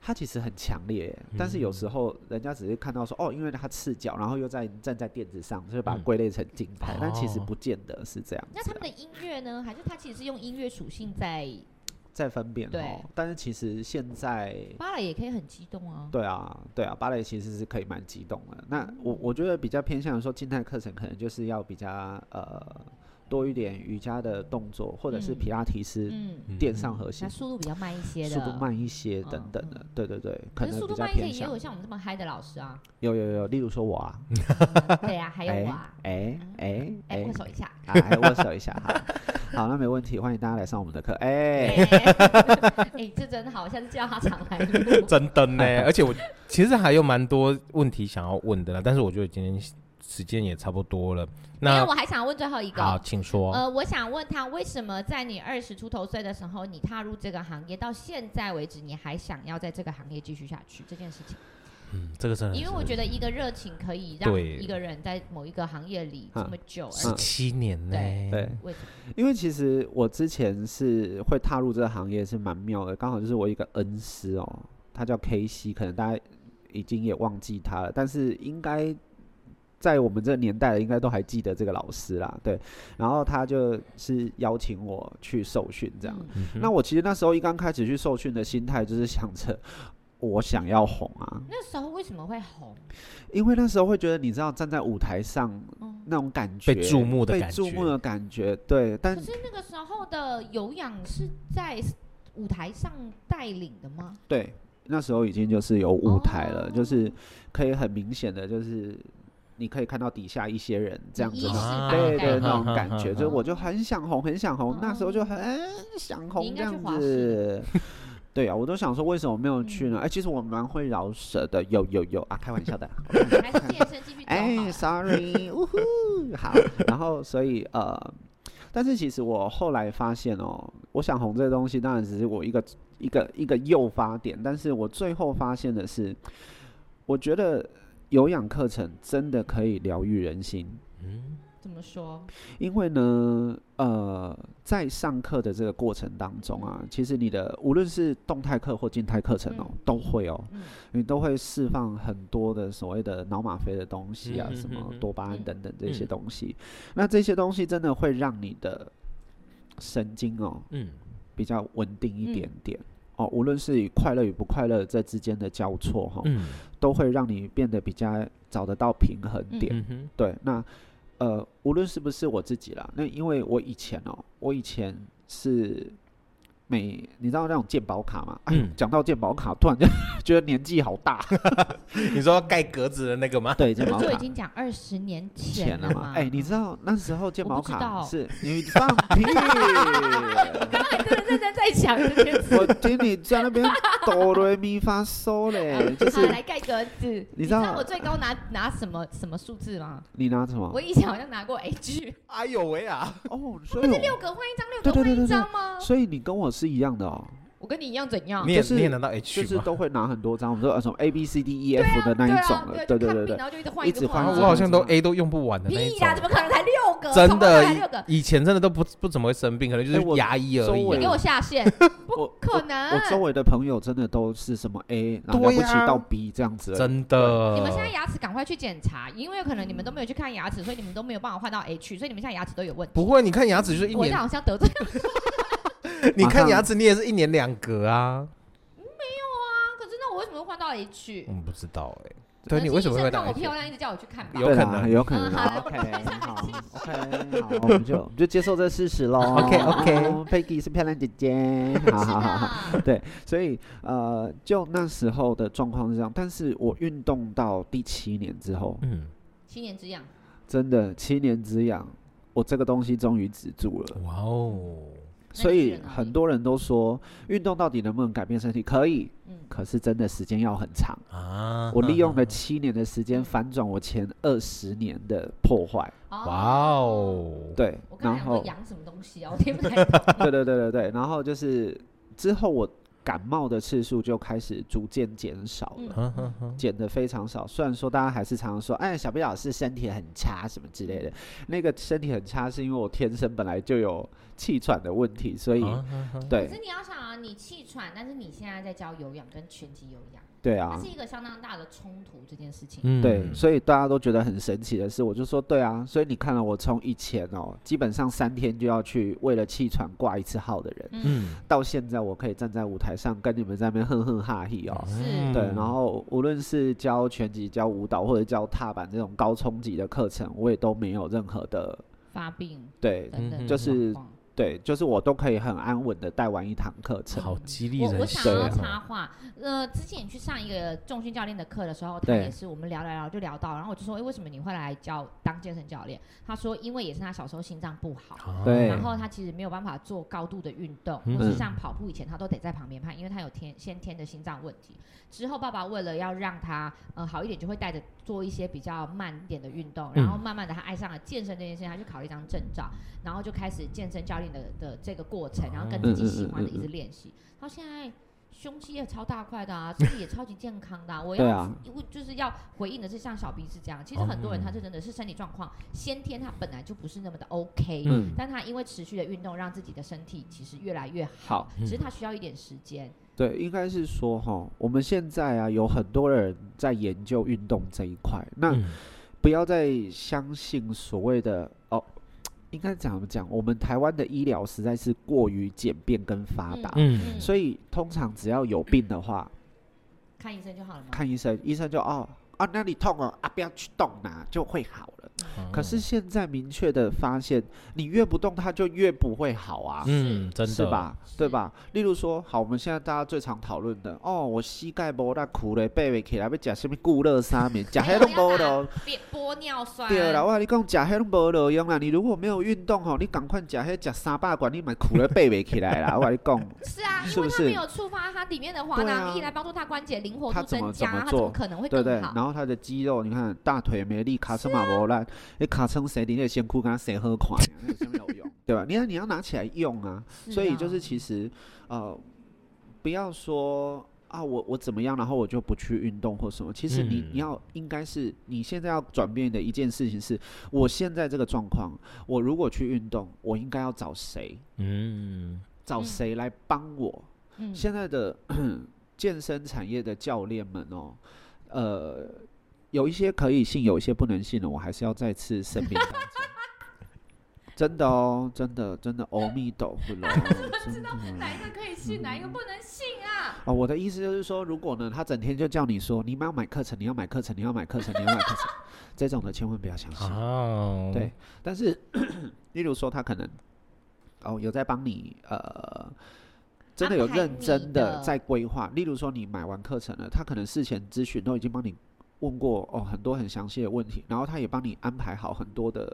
Speaker 3: 它其实很强烈，但
Speaker 2: 嗯
Speaker 3: 是有时候人家只是看到说哦，因为它赤脚，然后又在站在垫子上，所以把它
Speaker 2: 嗯
Speaker 3: 归类成静态，但其实
Speaker 2: 哦
Speaker 3: 不见得是这样
Speaker 1: 那
Speaker 3: 子
Speaker 1: 他
Speaker 3: 啊、
Speaker 1: 们的音乐呢？还是他其实是用音乐属性在
Speaker 3: 再分辨
Speaker 1: 对
Speaker 3: 哦。但是其实现在
Speaker 1: 芭蕾也可以很激动啊。
Speaker 3: 对啊，对啊，芭蕾其实是可以蛮激动的。那我我觉得比较偏向于说静态课程，可能就是要比较呃多一点瑜伽的动作，或者是
Speaker 1: 嗯
Speaker 3: 皮拉提斯
Speaker 1: 嗯，
Speaker 3: 垫上核心
Speaker 1: 那，速度比较慢一些的，
Speaker 3: 速度慢一些等
Speaker 1: 嗯
Speaker 3: 等的。
Speaker 1: 嗯
Speaker 3: 对对对，
Speaker 1: 可是
Speaker 3: 能
Speaker 1: 速
Speaker 3: 比
Speaker 1: 度
Speaker 3: 较
Speaker 1: 慢一些
Speaker 3: 偏
Speaker 1: 也
Speaker 3: 向
Speaker 1: 有像我们这么嗨的老师
Speaker 3: *laughs*
Speaker 1: 啊。
Speaker 3: 有有有，例如说我啊，
Speaker 1: 嗯对啊，还有我啊，
Speaker 3: 哎哎
Speaker 1: 哎，
Speaker 3: 哎
Speaker 1: 握，手一下。
Speaker 3: 啊哎握手一下哈。好， *laughs* 那没问题，欢迎大家来上我们的课。哎、
Speaker 1: 哎， *laughs* 这真好，下次叫他常来录。
Speaker 2: 真的 *laughs* 呢。而且我其实还有蛮多问题想要问的啦，但是我觉得今天时间也差不多了。
Speaker 1: 因为
Speaker 2: 那
Speaker 1: 我还想问最后一个，
Speaker 2: 好，请说。
Speaker 1: 呃，我想问他，为什么在你二十出头岁的时候，你踏入这个行业，到现在为止，你还想要在这个行业继续下去这件事情？
Speaker 2: 嗯，这个真的是，
Speaker 1: 因为我觉得一个热情可以让
Speaker 2: 对
Speaker 1: 一个人在某一个行业里这
Speaker 3: 啊
Speaker 1: 么久，
Speaker 2: 十
Speaker 1: 而
Speaker 2: 七年呢，
Speaker 3: 对，
Speaker 1: 为什么？
Speaker 3: 因为其实我之前是会踏入这个行业是蛮妙的，刚好就是我一个恩师哦，他叫 K C，可能大家已经也忘记他了，但是应该在我们这个年代应该都还记得这个老师啦，对。然后他就是邀请我去受训这样，
Speaker 1: 嗯
Speaker 2: 嗯哼
Speaker 3: 那我其实那时候一刚开始去受训的心态就是想着我想要红啊，
Speaker 1: 那时候为什么会红？
Speaker 3: 因为那时候会觉得你知道站在舞台上
Speaker 1: 嗯，
Speaker 3: 那种感觉，
Speaker 2: 被注目的
Speaker 3: 被
Speaker 2: 感
Speaker 3: 注
Speaker 2: 觉
Speaker 3: 目的感觉，对，但
Speaker 1: 可是那个时候的有氧是在舞台上带领的
Speaker 3: *laughs*
Speaker 1: 吗？
Speaker 3: 对，那时候已经就是有舞台了，
Speaker 1: 哦
Speaker 3: 就是可以很明显的，就是你可以看到底下一些人这样
Speaker 1: 仪
Speaker 3: 子
Speaker 1: 式
Speaker 3: 吼。
Speaker 2: 啊
Speaker 1: 感
Speaker 3: 对
Speaker 1: 的感
Speaker 3: 对，那
Speaker 1: 觉哦
Speaker 3: 种感
Speaker 1: *laughs*
Speaker 3: 觉，就是我就很想红，很想红，那时候就很想
Speaker 1: 你
Speaker 3: 红
Speaker 1: 应
Speaker 3: 这
Speaker 1: 该去
Speaker 3: 样
Speaker 1: 滑
Speaker 3: 子。对啊，我都想说为什么没有去
Speaker 1: 嗯
Speaker 3: 呢？哎，其实我蛮会饶舌的，有有有啊，开玩笑的。
Speaker 1: 还是健身继续走好
Speaker 3: 哎
Speaker 1: 了？
Speaker 3: ，sorry，呜呼，好。然后所以呃，但是其实我后来发现哦，我想红这个东西，当然只是我一个一个一个诱发点，但是我最后发现的是，我觉得有氧课程真的可以疗愈人心，
Speaker 2: 嗯，
Speaker 1: 怎么说？
Speaker 3: 因为呢，呃，在上课的这个过程当中啊，其实你的无论是动态课或静态课程哦，
Speaker 1: 嗯
Speaker 3: 都会哦，
Speaker 1: 嗯
Speaker 3: 你都会释放很多的所谓的脑吗啡的东西啊，
Speaker 2: 嗯哼
Speaker 3: 什
Speaker 2: 哼
Speaker 3: 么
Speaker 2: 哼
Speaker 3: 多巴胺等等这些
Speaker 2: 嗯
Speaker 3: 东西。那这些东西真的会让你的神经哦
Speaker 2: 嗯，
Speaker 3: 比较稳定一点点。哦，无论是与快乐与不快乐这之间的交错哈、
Speaker 2: 嗯，
Speaker 3: 都会让你变得比较找得到平衡点。
Speaker 2: 嗯哼，
Speaker 3: 对，那呃，无论是不是我自己啦，那因为我以前哦、我以前是每你知道那种健保卡嘛，哎呦
Speaker 2: 嗯，
Speaker 3: 讲、到健保卡，突然就 *laughs* 觉得年纪好大。
Speaker 2: *laughs* 你说盖格子的那个吗？
Speaker 3: *laughs* 对，健
Speaker 1: 不
Speaker 3: 保
Speaker 1: 是我已
Speaker 3: 卡
Speaker 1: 经讲二十年
Speaker 3: 钱
Speaker 1: 了
Speaker 3: 了嘛？哎、你
Speaker 1: *laughs*
Speaker 3: 知道那时候健
Speaker 1: 我
Speaker 3: 保
Speaker 1: 不知
Speaker 3: 卡
Speaker 1: 道
Speaker 3: 是你放屁， *laughs*
Speaker 1: 认真在讲这件事。
Speaker 3: 我听你在那边哆来咪发嗦嘞，就是
Speaker 1: 来盖格子，
Speaker 3: 你
Speaker 1: 你
Speaker 3: 知道
Speaker 1: 我最高拿拿什么什么数字吗？
Speaker 3: 你拿什么
Speaker 1: 我？以前好像拿过 H，
Speaker 2: 哎呦喂啊！
Speaker 3: 哦，
Speaker 1: 不
Speaker 3: 所以
Speaker 1: 是
Speaker 3: 我
Speaker 1: 六个换一张，六个
Speaker 3: 对对
Speaker 1: 换
Speaker 3: 对对
Speaker 1: 一
Speaker 3: 对
Speaker 1: 张吗？
Speaker 3: 所以你跟我是一样的哦，
Speaker 1: 我跟你一样怎样
Speaker 2: 你？也
Speaker 3: 就是
Speaker 2: 你也拿到
Speaker 3: 就
Speaker 2: H
Speaker 3: 是
Speaker 2: 吗？
Speaker 3: 都会拿很多张，我们说呃什么 A B C D E
Speaker 1: 对
Speaker 3: F 的那一种
Speaker 1: 啊，
Speaker 3: 了，
Speaker 1: 啊就
Speaker 3: 对对
Speaker 1: 看病
Speaker 3: 对对，
Speaker 1: 然后就一直换，
Speaker 3: 一直换
Speaker 2: 啊
Speaker 1: 一
Speaker 2: 我
Speaker 1: 直
Speaker 2: 好
Speaker 1: 换。
Speaker 2: 像都 A 都用不完的那一
Speaker 1: 屁啦，怎
Speaker 2: 种。
Speaker 1: 么可能才六个？
Speaker 2: 真
Speaker 1: 从头到
Speaker 2: 的
Speaker 1: 尾六个，，
Speaker 2: 以以前真的都不不怎么会生病，可能就
Speaker 3: 哎我
Speaker 2: 是牙医而
Speaker 3: 周
Speaker 2: 已
Speaker 3: 围
Speaker 1: 你给
Speaker 2: 啊。
Speaker 1: 我下
Speaker 3: *laughs*
Speaker 1: 线，
Speaker 3: 我
Speaker 1: 不可能
Speaker 3: 我。周围的朋友真的都是什么 A，然后了
Speaker 2: 对
Speaker 3: 不起
Speaker 2: 呀
Speaker 3: 到 B 这样子而已，
Speaker 2: 真的，
Speaker 3: 嗯
Speaker 1: 你们现在牙齿赶快去检查，因为可能你们都没有去看牙齿，所以你们都没有办法换到 H，所以你们现在牙齿都有问题。
Speaker 2: 不会？你看牙齿就是一
Speaker 1: 我这
Speaker 2: 年，
Speaker 1: 好像得罪
Speaker 2: 你看牙齿你也是一年两格啊。
Speaker 1: 啊他，可是那我为什么会换到 H？
Speaker 3: 嗯
Speaker 2: 我们不知道哎，
Speaker 1: 可
Speaker 2: 对
Speaker 1: 能
Speaker 2: 你
Speaker 1: 是
Speaker 2: 为什么
Speaker 1: 医
Speaker 2: 会
Speaker 1: 生
Speaker 2: 打
Speaker 1: 看我
Speaker 2: H？
Speaker 1: 漂亮，一直叫我去看吧。
Speaker 2: 有
Speaker 3: 对
Speaker 2: 可
Speaker 3: 啦
Speaker 2: 能
Speaker 3: 有可能
Speaker 1: 嗯好
Speaker 3: 啦
Speaker 1: 了
Speaker 3: ，OK OK，好，我们就我们就接受这事实喽
Speaker 2: OK，OK
Speaker 3: 哦，Peggy 是漂亮姐姐，好好好
Speaker 1: *laughs*
Speaker 3: 好。
Speaker 1: 是的，
Speaker 3: 所以呃，就那时候的状况是这样，但是我运动到第七年之后，
Speaker 2: 嗯，
Speaker 1: 七年之痒，
Speaker 3: 真的七年之痒，我这个东西终于止住了。
Speaker 2: 哇哦，
Speaker 1: 去
Speaker 3: 所以
Speaker 1: 了哪
Speaker 3: 很
Speaker 1: 里
Speaker 3: 多人都说，运动到底能不能改变身体？可以，
Speaker 1: 嗯，
Speaker 3: 可是真的时间要很长。
Speaker 2: 啊！
Speaker 3: 我利用了七年的时间反转我前二十年的破坏，
Speaker 2: 哇。哦，
Speaker 3: 对
Speaker 1: 我，刚
Speaker 3: 然
Speaker 1: 才想说
Speaker 3: 后
Speaker 1: 养什么东西啊？我听不太
Speaker 2: *laughs*
Speaker 1: 懂。
Speaker 3: 对对对对对，然后就是之后我感冒的次数就开始逐渐减少
Speaker 1: 嗯
Speaker 3: 了。
Speaker 2: 哼哼哼
Speaker 3: 减的非常少。虽然说大家还是常常说，哎，小 B 老师身体很差什么之类的，那个身体很差是因为我天生本来就有气喘的问题，
Speaker 1: 哦
Speaker 3: 所以、
Speaker 2: 啊哼哼
Speaker 1: 可
Speaker 3: 对
Speaker 1: 是你要想啊，你气喘，但是你现在在教有氧跟拳击有氧，
Speaker 3: 对
Speaker 1: 它
Speaker 3: 啊
Speaker 1: 是。一个相当大的冲突。这件事情，
Speaker 2: 嗯
Speaker 3: 对，所以大家都觉得很神奇的是，我就说对啊，所以你看了我从以前哦，基本上三天就要去为了气喘挂一次号的人，
Speaker 1: 嗯，
Speaker 2: 嗯，
Speaker 3: 到现在我可以站在舞台上跟你们在那边哼哼哈嘿哦，
Speaker 1: 嗯
Speaker 2: 嗯
Speaker 1: 是
Speaker 3: 对，然后无论是教拳击、教舞蹈或者教踏板这种高冲击的课程，我也都没有任何的
Speaker 1: 发病
Speaker 3: 对
Speaker 1: 等
Speaker 2: 嗯
Speaker 1: 等的状况，
Speaker 3: 就是对，就是我都可以很安稳的带完一堂课程。
Speaker 2: 好激励
Speaker 1: 我我
Speaker 2: 人
Speaker 1: 想
Speaker 2: 心
Speaker 1: 要
Speaker 2: 啊。
Speaker 1: 插话，呃，之前你去上一个重训教练的课的时候，他
Speaker 3: 对
Speaker 1: 也是我们聊聊聊就聊到，然后我就说，哎、为什么你会来教当健身教练？他说，因为也是他小时候心脏不好，
Speaker 2: 啊
Speaker 3: 对
Speaker 1: 然后他其实没有办法做高度的运动，
Speaker 2: 嗯
Speaker 1: 或是像跑步以前，他都得在旁边看，因为他有天先天的心脏问题。之后爸爸为了要让他呃好一点，就会带着做一些比较慢一点的运动，
Speaker 3: 嗯
Speaker 1: 然后慢慢的他爱上了健身这件事情，他去考了一张证照，然后就开始健身教练的的这个过
Speaker 3: 哦
Speaker 1: 程，然后跟自己喜欢的一直练习，到现在。胸肌也超大块的啊，身体也超级健康的、啊。我
Speaker 3: 对
Speaker 1: 要、
Speaker 3: 啊
Speaker 1: 我就是要回应的是像小 B 是这样，其实很多人他就真的是身体状况先天他本来就不是那么的 OK，、
Speaker 2: 嗯
Speaker 1: 但他因为持续的运动，让自己的身体其实越来越好
Speaker 3: 好，
Speaker 2: 嗯
Speaker 1: 只是他需要一点时间。
Speaker 3: 对，应该是说哈，我们现在啊有很多人在研究运动这一块，那
Speaker 2: 嗯
Speaker 3: 不要再相信所谓的哦，应该怎么讲？我们台湾的医疗实在是过于简便跟发达，
Speaker 2: 嗯
Speaker 3: 所以通常只要有病的话，
Speaker 1: 看医生就好了嘛。
Speaker 3: 看医生，医生就哦啊那里痛哦啊不要去动啦、就会好
Speaker 2: 哦
Speaker 3: 了。可是现在明确的发现，你越不动，它就越不会好啊。
Speaker 2: 嗯，真的
Speaker 3: 是？吧？对
Speaker 1: 是
Speaker 3: 吧？例如说，好，我们现在大家最常讨论的，哦，我膝盖无力，苦嘞，背袂起来，要吃什么固热沙面，吃黑
Speaker 1: 还
Speaker 3: 拢无咯。
Speaker 1: 别玻尿酸。
Speaker 3: 对啦，我跟你讲，吃黑拢无路用啦。你如果没有运动吼，你赶快吃黑，吃三百罐，你买苦嘞，背袂起来啦。我跟你讲，
Speaker 1: 是啊，
Speaker 3: 是
Speaker 1: 因为
Speaker 3: 不
Speaker 1: 他
Speaker 3: 是
Speaker 1: 没有触发它里面的滑
Speaker 3: 对啊
Speaker 1: 囊液来帮助他关节灵活
Speaker 3: 他
Speaker 1: 度
Speaker 3: 怎么
Speaker 1: 增加，
Speaker 3: 怎么
Speaker 1: 他
Speaker 3: 做
Speaker 1: 怎么可能会
Speaker 3: 对
Speaker 1: 更
Speaker 3: 不对？
Speaker 1: 好？啊
Speaker 3: 然后他的肌肉，你看大腿没力，卡车马无力，你卡车谁你的先裤跟他谁喝垮，那有什么有用？对吧？你看你要拿起来用啊。
Speaker 1: 是啊
Speaker 3: 所以就是其实呃，不要说啊，我我怎么样，然后我就不去运动或什么。其实你、
Speaker 2: 嗯
Speaker 3: 你要应该是你现在要转变的一件事情是，我现在这个状况，我如果去运动，我应该要找谁，
Speaker 2: 嗯，
Speaker 3: 找
Speaker 1: 嗯
Speaker 3: 谁来帮我？
Speaker 1: 嗯，
Speaker 3: 现在的 *clears throat* 健身产业的教练们哦，呃，有一些可以信，有一些不能信的，我还是要再次声明大家。 *laughs* 真的哦，真的真的，阿弥陀佛
Speaker 1: *laughs*
Speaker 3: 咯，真的。
Speaker 1: 哪一个可以信，哪一个不能信啊？
Speaker 3: 哦，我的意思就是说，如果呢，他整天就叫你说你们要买课程，你要买课程，你要买课程，你要买课程， *laughs* 这种的千万不要相信。
Speaker 2: 哦，
Speaker 3: 对，但是 *clears throat* 例如说他可能哦有在帮你呃。真的有
Speaker 1: 安排
Speaker 3: 认
Speaker 1: 你
Speaker 3: 真
Speaker 1: 的
Speaker 3: 的在规划，例如说你买完课程了，他可能事前咨询都已经帮你问过哦很多很详细的问题，然后他也帮你安排好很多的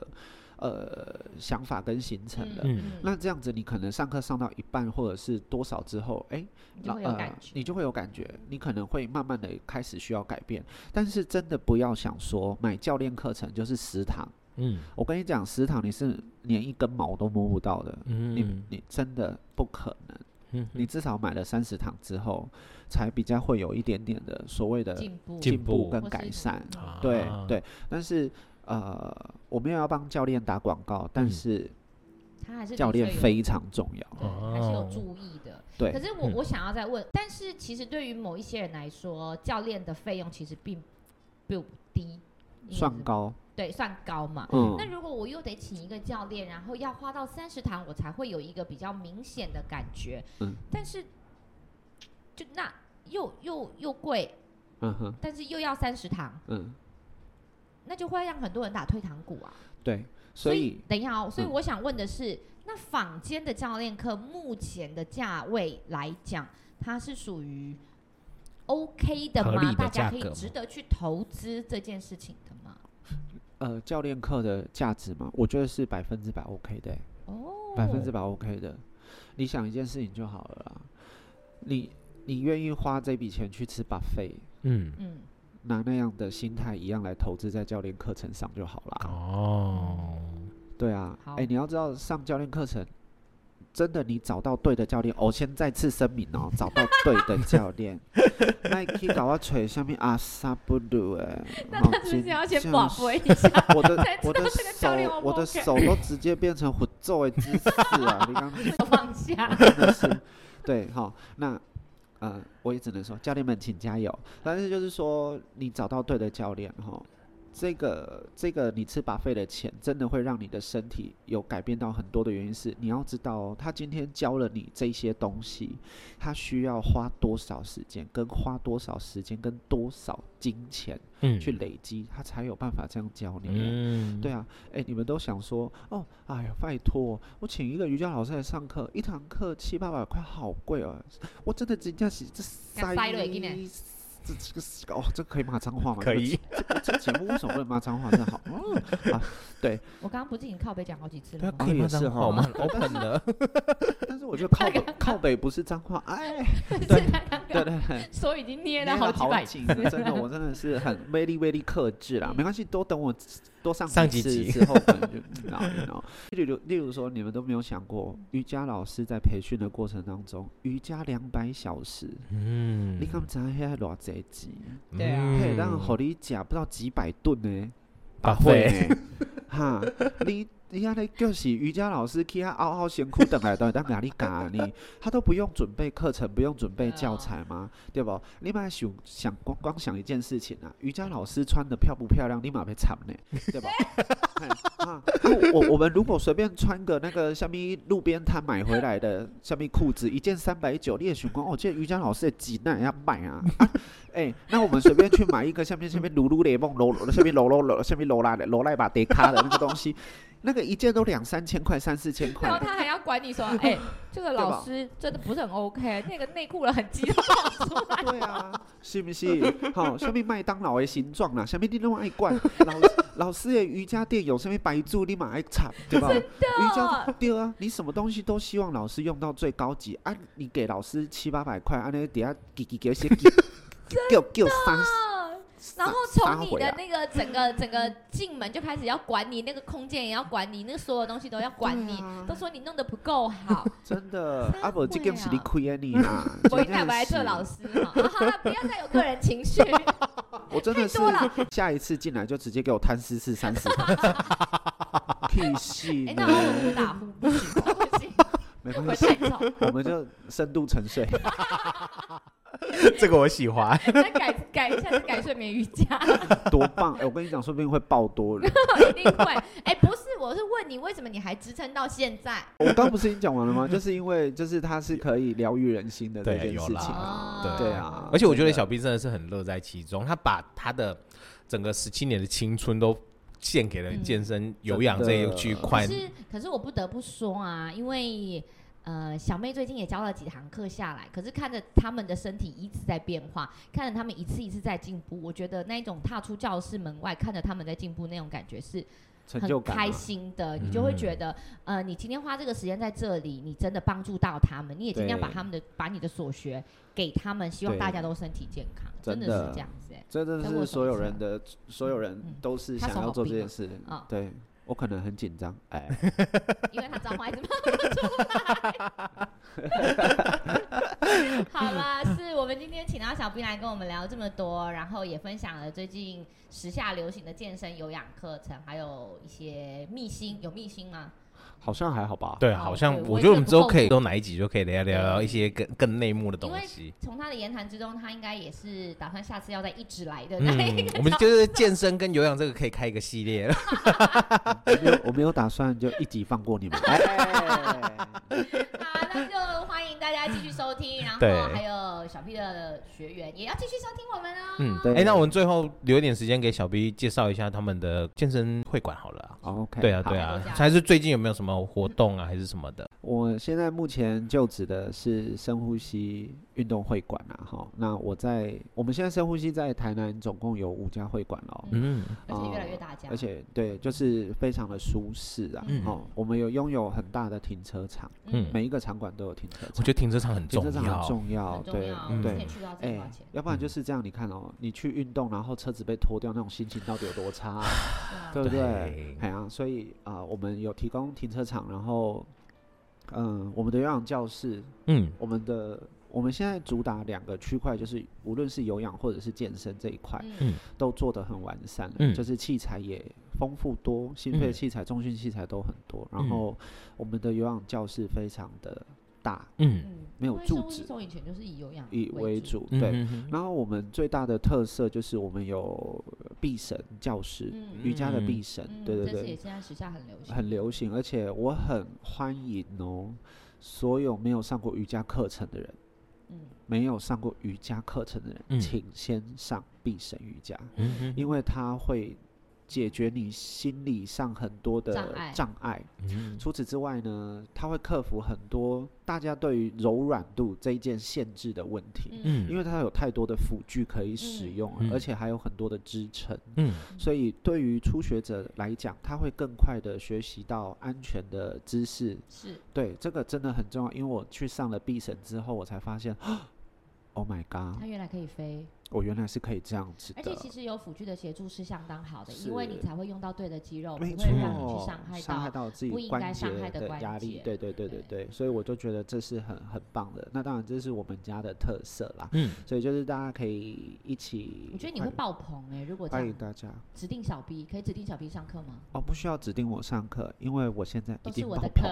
Speaker 3: 呃想法跟行程了。
Speaker 2: 嗯
Speaker 3: 那这样子，你可能上课上到一半或者是多少之后，哎、
Speaker 1: 你就会有感觉。
Speaker 3: 你就会有感觉，你可能会慢慢的开始需要改变。但是真的不要想说买教练课程就是食堂，
Speaker 2: 嗯
Speaker 3: 我跟你讲，食堂你是连一根毛都摸不到的，你
Speaker 2: 嗯，
Speaker 3: 你真的不可能。
Speaker 2: 嗯
Speaker 3: 你至少买了三十堂之后，才比较会有一点点的所谓的
Speaker 1: 进步，
Speaker 2: 进
Speaker 3: 进步
Speaker 2: 步
Speaker 3: 跟
Speaker 1: 或是嗯
Speaker 3: 改善。
Speaker 2: 啊
Speaker 3: 对对，但是呃，我没有要帮教练打广告，但
Speaker 2: 嗯
Speaker 3: 是
Speaker 1: 他还是
Speaker 3: 教
Speaker 1: 的确
Speaker 3: 练
Speaker 1: 有
Speaker 3: 非常重要。
Speaker 1: 对还是有
Speaker 2: 哦
Speaker 1: 注意的。
Speaker 3: 对
Speaker 1: 可是我
Speaker 2: 嗯
Speaker 1: 我想要再问，但是其实对于某一些人来说，教练的费用其实并并不低，应该
Speaker 3: 算
Speaker 1: 是
Speaker 3: 高，
Speaker 1: 对算高嘛。
Speaker 3: 嗯
Speaker 1: 那如果我又得请一个教练，然后要花到三十堂，我才会有一个比较明显的感觉。
Speaker 3: 嗯
Speaker 1: 但是就那又又又贵，
Speaker 3: 嗯哼，
Speaker 1: 但是又要三十堂，
Speaker 3: 嗯，
Speaker 1: 那就会让很多人打退堂鼓啊。
Speaker 3: 对，
Speaker 1: 所
Speaker 3: 所以
Speaker 1: 等一下哦，所以
Speaker 3: 嗯
Speaker 1: 我想问的是，那坊间的教练课目前的价位来讲，它是属于 OK 的
Speaker 2: 合
Speaker 1: 吗？
Speaker 2: 理的
Speaker 1: 大家
Speaker 2: 价
Speaker 1: 可以
Speaker 2: 格吗
Speaker 1: 值得去投资这件事情的吗？
Speaker 3: 呃，教练课的价值嘛，我觉得是百分之百 OK 的欸、
Speaker 1: 哦，
Speaker 3: 百分之百 OK 的。你想一件事情就好了啦，你你愿意花这笔钱去吃 buffet，
Speaker 2: 嗯
Speaker 1: 嗯，
Speaker 3: 拿那样的心态一样来投资在教练课程上就好啦。
Speaker 2: 哦，
Speaker 3: 对啊，
Speaker 1: 好
Speaker 3: 哎、你要知道上教练课程。真的，你找到对的教练，我、哦先再次声明哦，找到对的
Speaker 1: *laughs*
Speaker 3: 教练，那去搞我吹下面阿萨布鲁
Speaker 1: *laughs*
Speaker 3: 哎，
Speaker 1: 那
Speaker 3: 哦
Speaker 1: 他是不
Speaker 3: 真
Speaker 1: 是要先
Speaker 3: 正
Speaker 1: 广播一下？
Speaker 3: *laughs*
Speaker 1: *laughs*
Speaker 3: 我的
Speaker 1: 才知
Speaker 3: 我的
Speaker 1: 道这个教练
Speaker 3: 手
Speaker 1: O 不
Speaker 3: 我的
Speaker 1: OK
Speaker 3: 手都直接变成虎 *laughs* 咒的姿势啊！你刚
Speaker 1: 就放下。
Speaker 3: 真的是， *laughs* 对，好，那呃，我也只能说，教练们请加油。但是就是说，你找到对的教练哈，这个这个你吃把费的钱，真的会让你的身体有改变到很多的原因是，你要知道、哦，他今天教了你这些东西，他需要花多少时间，跟花多少时间，跟多少金钱
Speaker 2: 嗯
Speaker 3: 去累积，他才有办法这样教你。
Speaker 2: 嗯，
Speaker 3: 对啊，哎、你们都想说，哦，哎呀，拜托，我请一个瑜伽老师来上课，一堂课七八百块，好贵哦！我真的真正是这塞
Speaker 1: 敢塞下去呢
Speaker 3: 这这个哦，这可以骂脏话吗？
Speaker 2: 可以
Speaker 3: 这个，这个节目为什么不能骂脏话？真好，嗯，啊，
Speaker 1: 我刚刚不是已经靠背讲好几次
Speaker 2: 对
Speaker 1: 了吗？
Speaker 2: 啊，可以吗？
Speaker 3: 哦也是
Speaker 2: 这样
Speaker 3: 哦
Speaker 2: 好我们很
Speaker 3: *laughs*
Speaker 2: open 的，
Speaker 3: 但是我觉得靠北靠北不是脏话，哎，
Speaker 1: *laughs* 是他刚
Speaker 3: 对
Speaker 1: 刚
Speaker 3: 对对。
Speaker 1: 手已经捏
Speaker 3: 捏
Speaker 1: 了
Speaker 3: 得
Speaker 1: 好几百 *laughs*
Speaker 3: 紧，真啊的，我真的是很 very very 克制啦。
Speaker 1: 嗯
Speaker 3: 没关系，多等我多上
Speaker 2: 上几
Speaker 3: 几
Speaker 2: 集
Speaker 3: 次之后，可能就你知道，你知道。例如，例如说，你们都没有想过，瑜伽老师在培训的过程当中，瑜伽两百小时，
Speaker 2: 嗯
Speaker 3: 你敢知遐偌济钱？
Speaker 1: 对啊
Speaker 3: 嘿，让好你假不到几百吨呢，
Speaker 2: 把
Speaker 3: 会
Speaker 2: 费，
Speaker 3: 呢， *laughs* 哈，你。你看，那就是瑜伽老师，替他嗷嗷辛苦等来，等来，哪里敢啊你？他都不用准备课程，不用准备教材吗？对不？你妈想想光光想一件事情啊，瑜伽老师穿的漂不漂亮，立马被惨呢，对 *laughs* 吧？嘿啊，啊我我们如果随便穿个那个下面路边摊买回来的 *laughs* 下面裤子，一件三百九，你也想光，哦，这瑜伽老师的几那要买啊？啊 *laughs* 哎、那我们随便去买一个下面下面鲁鲁雷梦罗罗下面罗罗罗下面罗拉的罗赖把迪卡的那个东西， *laughs* 那个一件都两三千块，三四千块
Speaker 1: *laughs* 然后。他还要管你说，哎，这个
Speaker 3: 对吧
Speaker 1: 老师真的不是很 OK，那个内裤了很激动。
Speaker 3: 对啊，是不是？好，下面麦当劳的形状啦，下面你都爱怪老老师的瑜伽垫有上面白柱，你嘛爱插，对吧？ *laughs* 瑜伽对啊，你什么东西都希望老师用到最高级啊！你给老师七八百块，啊，那底下给给给些给叫叫三
Speaker 1: 然后
Speaker 3: 撒
Speaker 1: 从你
Speaker 3: 回
Speaker 1: 的
Speaker 3: 啊
Speaker 1: 那个整个整个进门就开始要管你，那个空间也要管你，那个所有东西都要管你
Speaker 3: 对，啊
Speaker 1: 都说你弄得不够
Speaker 3: *laughs*
Speaker 1: 好。
Speaker 3: 真的
Speaker 1: 撒，
Speaker 3: 阿伯这
Speaker 1: 会
Speaker 3: 个是你
Speaker 1: 啊！
Speaker 3: 亏啊你啦
Speaker 1: *laughs* 我一奶白做老
Speaker 3: 师，
Speaker 1: 师哈，啊好了，不要再有个人情
Speaker 3: *laughs*
Speaker 1: 绪。
Speaker 3: 我真的是
Speaker 1: 多了
Speaker 3: 下一次进来就直接给我摊四次
Speaker 1: *laughs*
Speaker 3: 三十，屁戏
Speaker 1: 哎，
Speaker 3: 呢
Speaker 1: 那我们不打呼不行，不行，
Speaker 3: 没关
Speaker 1: 我
Speaker 3: 系，
Speaker 1: 太吵，
Speaker 3: 我们就深度沉睡。
Speaker 2: *laughs* 这个我喜欢。
Speaker 1: 再哎改改一下，次改睡眠瑜伽，
Speaker 3: 多棒！哎，我跟你讲，说不定会爆多人。
Speaker 1: 一定会。哎，不是，我是问你，为什么你还支撑到现在？
Speaker 3: *laughs* 我刚不是已经讲完 *laughs* 了吗？就是因为就是它是可以疗愈人心的这
Speaker 2: 对
Speaker 3: 件
Speaker 2: 有
Speaker 3: 事
Speaker 2: 啦
Speaker 3: 情
Speaker 4: 哦
Speaker 3: 啊，
Speaker 1: 对
Speaker 3: 对啊。
Speaker 2: 而且我觉得
Speaker 3: 真的
Speaker 2: 小兵真的是很乐在其中，他把他的整个十七年的青春都献给了
Speaker 4: 嗯
Speaker 2: 健身、有氧这一区
Speaker 4: 可
Speaker 2: 块。
Speaker 4: 是嗯可是我不得不说啊，因为呃小妹最近也教了几堂课下来，可是看着他们的身体一直在变化，看着他们一次一次在进步，我觉得那一种踏出教室门外，看着他们在进步那种感觉是
Speaker 3: 成就
Speaker 4: 很
Speaker 3: 感啊嗯
Speaker 4: 开
Speaker 3: 嘛，
Speaker 4: 心的，你就会觉得、呃你今天花这个时间在这里，你真的帮助到他们，你也尽量把
Speaker 3: 对
Speaker 4: 他们的把你的所学给他们，希望
Speaker 3: 对
Speaker 4: 大家都身体健康，真
Speaker 3: 真
Speaker 4: 的
Speaker 3: 的
Speaker 4: 是这样子哎、
Speaker 3: 这真的
Speaker 4: 跟我手
Speaker 3: 是所有
Speaker 4: 册
Speaker 3: 人的，所有人
Speaker 4: 嗯
Speaker 3: 都是
Speaker 4: 他
Speaker 3: 想
Speaker 4: 手
Speaker 3: 要
Speaker 4: 好
Speaker 3: 做
Speaker 4: 冰
Speaker 3: 这
Speaker 4: 哦
Speaker 3: 件事。
Speaker 4: 啊
Speaker 3: 对我可能很紧张， *laughs* 哎，
Speaker 4: 因为他脏话一直骂
Speaker 1: *laughs* 好啦，是我们今天请到小兵来跟我们聊这么多，然后也分享了最近时下流行的健身有氧课程，还有一些秘辛，有秘辛吗？
Speaker 3: 好像还好吧。
Speaker 2: 对，
Speaker 1: 哦
Speaker 2: 好像
Speaker 1: 对
Speaker 2: 我
Speaker 1: 我
Speaker 2: 觉得
Speaker 1: 也
Speaker 2: 我们
Speaker 1: 不
Speaker 2: 之后
Speaker 1: 够
Speaker 2: 可以
Speaker 1: 熟
Speaker 2: 都哪一集就可以聊聊聊一些更更内幕的东
Speaker 1: 因为
Speaker 2: 西。
Speaker 1: 从他的言谈之中，他应该也是打算下次要再一直来的那一
Speaker 2: 嗯，我们就是健身跟有氧这个可以开一个系列了。
Speaker 3: 我没有，我没有打算就一集放过你们。 *laughs* 哎，
Speaker 1: 好，那就欢迎大家继续收听，然
Speaker 2: 对
Speaker 1: 后还有小 P 的学员也要继续收听我们哦。
Speaker 2: 嗯，
Speaker 3: 对
Speaker 2: 哎、那我们最后留一点时间给小 B 介绍一下他们的健身会馆好了啊、
Speaker 3: 好 OK，
Speaker 2: 对啊，
Speaker 3: 好
Speaker 2: 对
Speaker 1: 好
Speaker 2: 啊
Speaker 1: 多，家
Speaker 2: 还是最近有没有什么活动啊，还是什么的？
Speaker 3: 我现在目前就职的是深呼吸运动会馆啊，哈。那我在我们现在深呼吸在台南总共有五家会馆哦，
Speaker 2: 嗯，
Speaker 1: 而且越来越大
Speaker 2: 哦
Speaker 1: 家，
Speaker 3: 而且对，就是非常的舒适啊
Speaker 2: 嗯，
Speaker 3: 哦，我们有拥有很大的停车场，
Speaker 2: 嗯
Speaker 3: 每一个场馆都有停车
Speaker 2: 我
Speaker 3: 场，
Speaker 2: 觉得停车场很
Speaker 3: 停
Speaker 2: 重
Speaker 3: 车场
Speaker 2: 要
Speaker 3: 很。重要，
Speaker 1: 很重
Speaker 3: 对
Speaker 1: 要。我
Speaker 2: 嗯
Speaker 1: 之
Speaker 3: 对
Speaker 1: 前。去到自
Speaker 3: 哎、
Speaker 1: 己花钱，
Speaker 3: 要不然就
Speaker 2: 嗯
Speaker 3: 是这样，你看哦，你去运动，然后车子被拖掉，那种心情到底有多差、
Speaker 2: *laughs*
Speaker 3: 啊？对不对
Speaker 2: 对？
Speaker 3: 哎呀、所以啊、我们有提供停车场，然后，嗯、我们的有氧教室，
Speaker 2: 嗯，
Speaker 3: 我们的我们现在主打两个区块，就是无论是有氧或者是健身这一块，
Speaker 2: 嗯
Speaker 3: 都做得很完善了，
Speaker 2: 嗯
Speaker 3: 就是器材也丰富多，心肺
Speaker 2: 嗯
Speaker 3: 器材、重训器材都很多，
Speaker 2: 嗯
Speaker 3: 然后我们的有氧教室非常的大，
Speaker 2: 嗯
Speaker 1: 嗯，
Speaker 3: 没有
Speaker 1: 因为
Speaker 3: 住
Speaker 1: 生物系
Speaker 3: 址
Speaker 1: 从以前就是以有氧
Speaker 3: 以为
Speaker 1: 主，
Speaker 3: 主，
Speaker 2: 嗯，
Speaker 3: 对。
Speaker 2: 嗯，
Speaker 3: 然后我们最大的特色就是我们有臂绳教室，
Speaker 1: 嗯
Speaker 3: 瑜伽的
Speaker 2: 嗯
Speaker 3: 臂绳，
Speaker 1: 嗯，
Speaker 3: 对对
Speaker 1: 这次也
Speaker 3: 对，
Speaker 1: 现在时下很流行，
Speaker 3: 很流行，而且我很欢迎哦，所有没有上过瑜伽课程的人，
Speaker 1: 嗯，
Speaker 3: 没有上过瑜伽课程的人，
Speaker 2: 嗯
Speaker 3: 请先上臂绳瑜伽，
Speaker 2: 嗯哼
Speaker 3: 因为它会解决你心理上很多的
Speaker 1: 障碍
Speaker 3: 障碍。
Speaker 2: 嗯
Speaker 3: 除此之外呢，它会克服很多大家对于柔软度这一件限制的问题。
Speaker 1: 嗯
Speaker 2: 嗯，
Speaker 3: 因为它有太多的辅具可以使
Speaker 1: 嗯
Speaker 3: 用了，
Speaker 2: 嗯
Speaker 3: 而且还有很多的支撑，
Speaker 2: 嗯
Speaker 3: 所以对于初学者来讲，他会更快的学习到安全的知识。
Speaker 1: 是
Speaker 3: 对，这个真的很重要，因为我去上了臂绳之后，我才发现 *gasps* ，Oh my god，
Speaker 1: 它原来可以飞，
Speaker 3: 我原来是可以这样子
Speaker 1: 哎而且
Speaker 3: 的。
Speaker 1: 其实有辅具的协助是相当好的，
Speaker 3: 是
Speaker 1: 因为你才会用到对的肌哦肉，不
Speaker 3: 没
Speaker 1: 会
Speaker 3: 错
Speaker 1: 让你去伤，害
Speaker 3: 伤害
Speaker 1: 到。
Speaker 3: 到自
Speaker 1: 不
Speaker 3: 己
Speaker 1: 应
Speaker 3: 关
Speaker 1: 该
Speaker 3: 节
Speaker 1: 伤害的
Speaker 3: 的
Speaker 1: 关
Speaker 3: 压力
Speaker 1: 节，
Speaker 3: 对对对对对，所以我就觉得这是很很棒的。那当然，这是我们家的特色啦，
Speaker 2: 嗯，
Speaker 3: 所以就是大家可以一起。
Speaker 1: 我觉得你会爆棚哎，如果这
Speaker 3: 欢迎
Speaker 1: 样
Speaker 3: 大家
Speaker 1: 指定小 B，可以指定小 B 上课吗？
Speaker 3: 哦，不需要指定我上课，因为我现在
Speaker 1: 都
Speaker 3: 已
Speaker 1: 是
Speaker 3: 经
Speaker 1: 我
Speaker 3: 爆
Speaker 1: 的
Speaker 3: 棚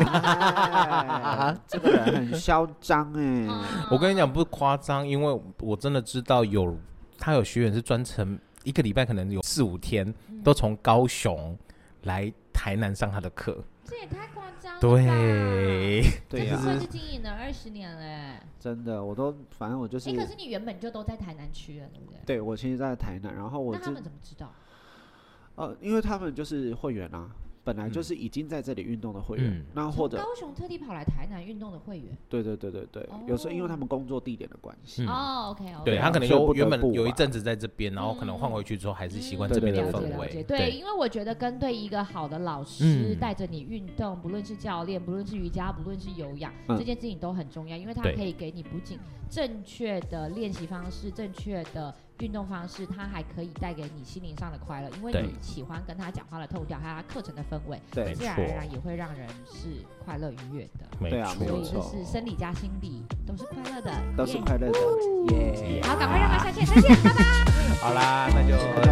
Speaker 1: 课
Speaker 3: 了。哎
Speaker 1: *laughs*
Speaker 3: 这个人很嚣张哎，
Speaker 1: 啊
Speaker 2: 我跟你讲不夸张，因为我真的知道有他有学员是专程一个礼拜可能有四五天都从高雄来台南上他的课，
Speaker 1: 这也太夸张了吧，
Speaker 2: 对，
Speaker 1: 这
Speaker 3: 对呀、
Speaker 1: 不算是经营了二十年嘞。
Speaker 3: 真的，我都反正我就是，
Speaker 1: 哎，可是你原本就都在台南区了，对不对？
Speaker 3: 对我其实，在台南，然后我
Speaker 1: 那他
Speaker 3: 这
Speaker 1: 们怎么知道？
Speaker 3: 呃，因为他们就是会员啊，本来就是已经在这里运动的会员，
Speaker 2: 嗯
Speaker 3: 那或
Speaker 1: 从
Speaker 3: 者
Speaker 1: 高雄特地跑来台南运动的会员。
Speaker 3: 对对对对对，有时候因为他们工作地点的关系，
Speaker 2: 嗯
Speaker 1: 哦，OK，
Speaker 2: 对
Speaker 3: 啊
Speaker 2: 他可能
Speaker 3: 所以
Speaker 2: 有
Speaker 3: 不得
Speaker 2: 原本
Speaker 3: 不
Speaker 2: 有一
Speaker 3: 吧
Speaker 2: 阵子在这边，然后可能换回去之后还是习惯这边的
Speaker 3: 嗯
Speaker 2: 氛
Speaker 1: 了
Speaker 2: 围，
Speaker 1: 解对，，因为我觉得跟对一个好的老师
Speaker 2: 嗯
Speaker 1: 带着你运动，不论是教练，不论是瑜伽，不论是有氧，
Speaker 3: 嗯
Speaker 1: 这件事情都很重要，因为它
Speaker 2: 对
Speaker 1: 可以给你不仅正确的练习方式、正确的运动方式，它还可以带给你心灵上的快乐，因为
Speaker 2: 对
Speaker 1: 你喜欢跟他讲话的痛调，还有他课程的氛围，
Speaker 3: 对
Speaker 2: 没
Speaker 1: 自然而
Speaker 2: 错
Speaker 1: 然也会让人是快乐愉悦的。
Speaker 2: 没
Speaker 3: 对啊没
Speaker 1: 所
Speaker 3: 有
Speaker 1: 以
Speaker 2: 错，
Speaker 1: 就
Speaker 3: 错
Speaker 1: 是生理加心理都是快乐的，
Speaker 3: 都是
Speaker 1: 耶
Speaker 3: 快乐的，耶、
Speaker 1: 好，赶快让他下线，下线。
Speaker 2: 好啦，那就。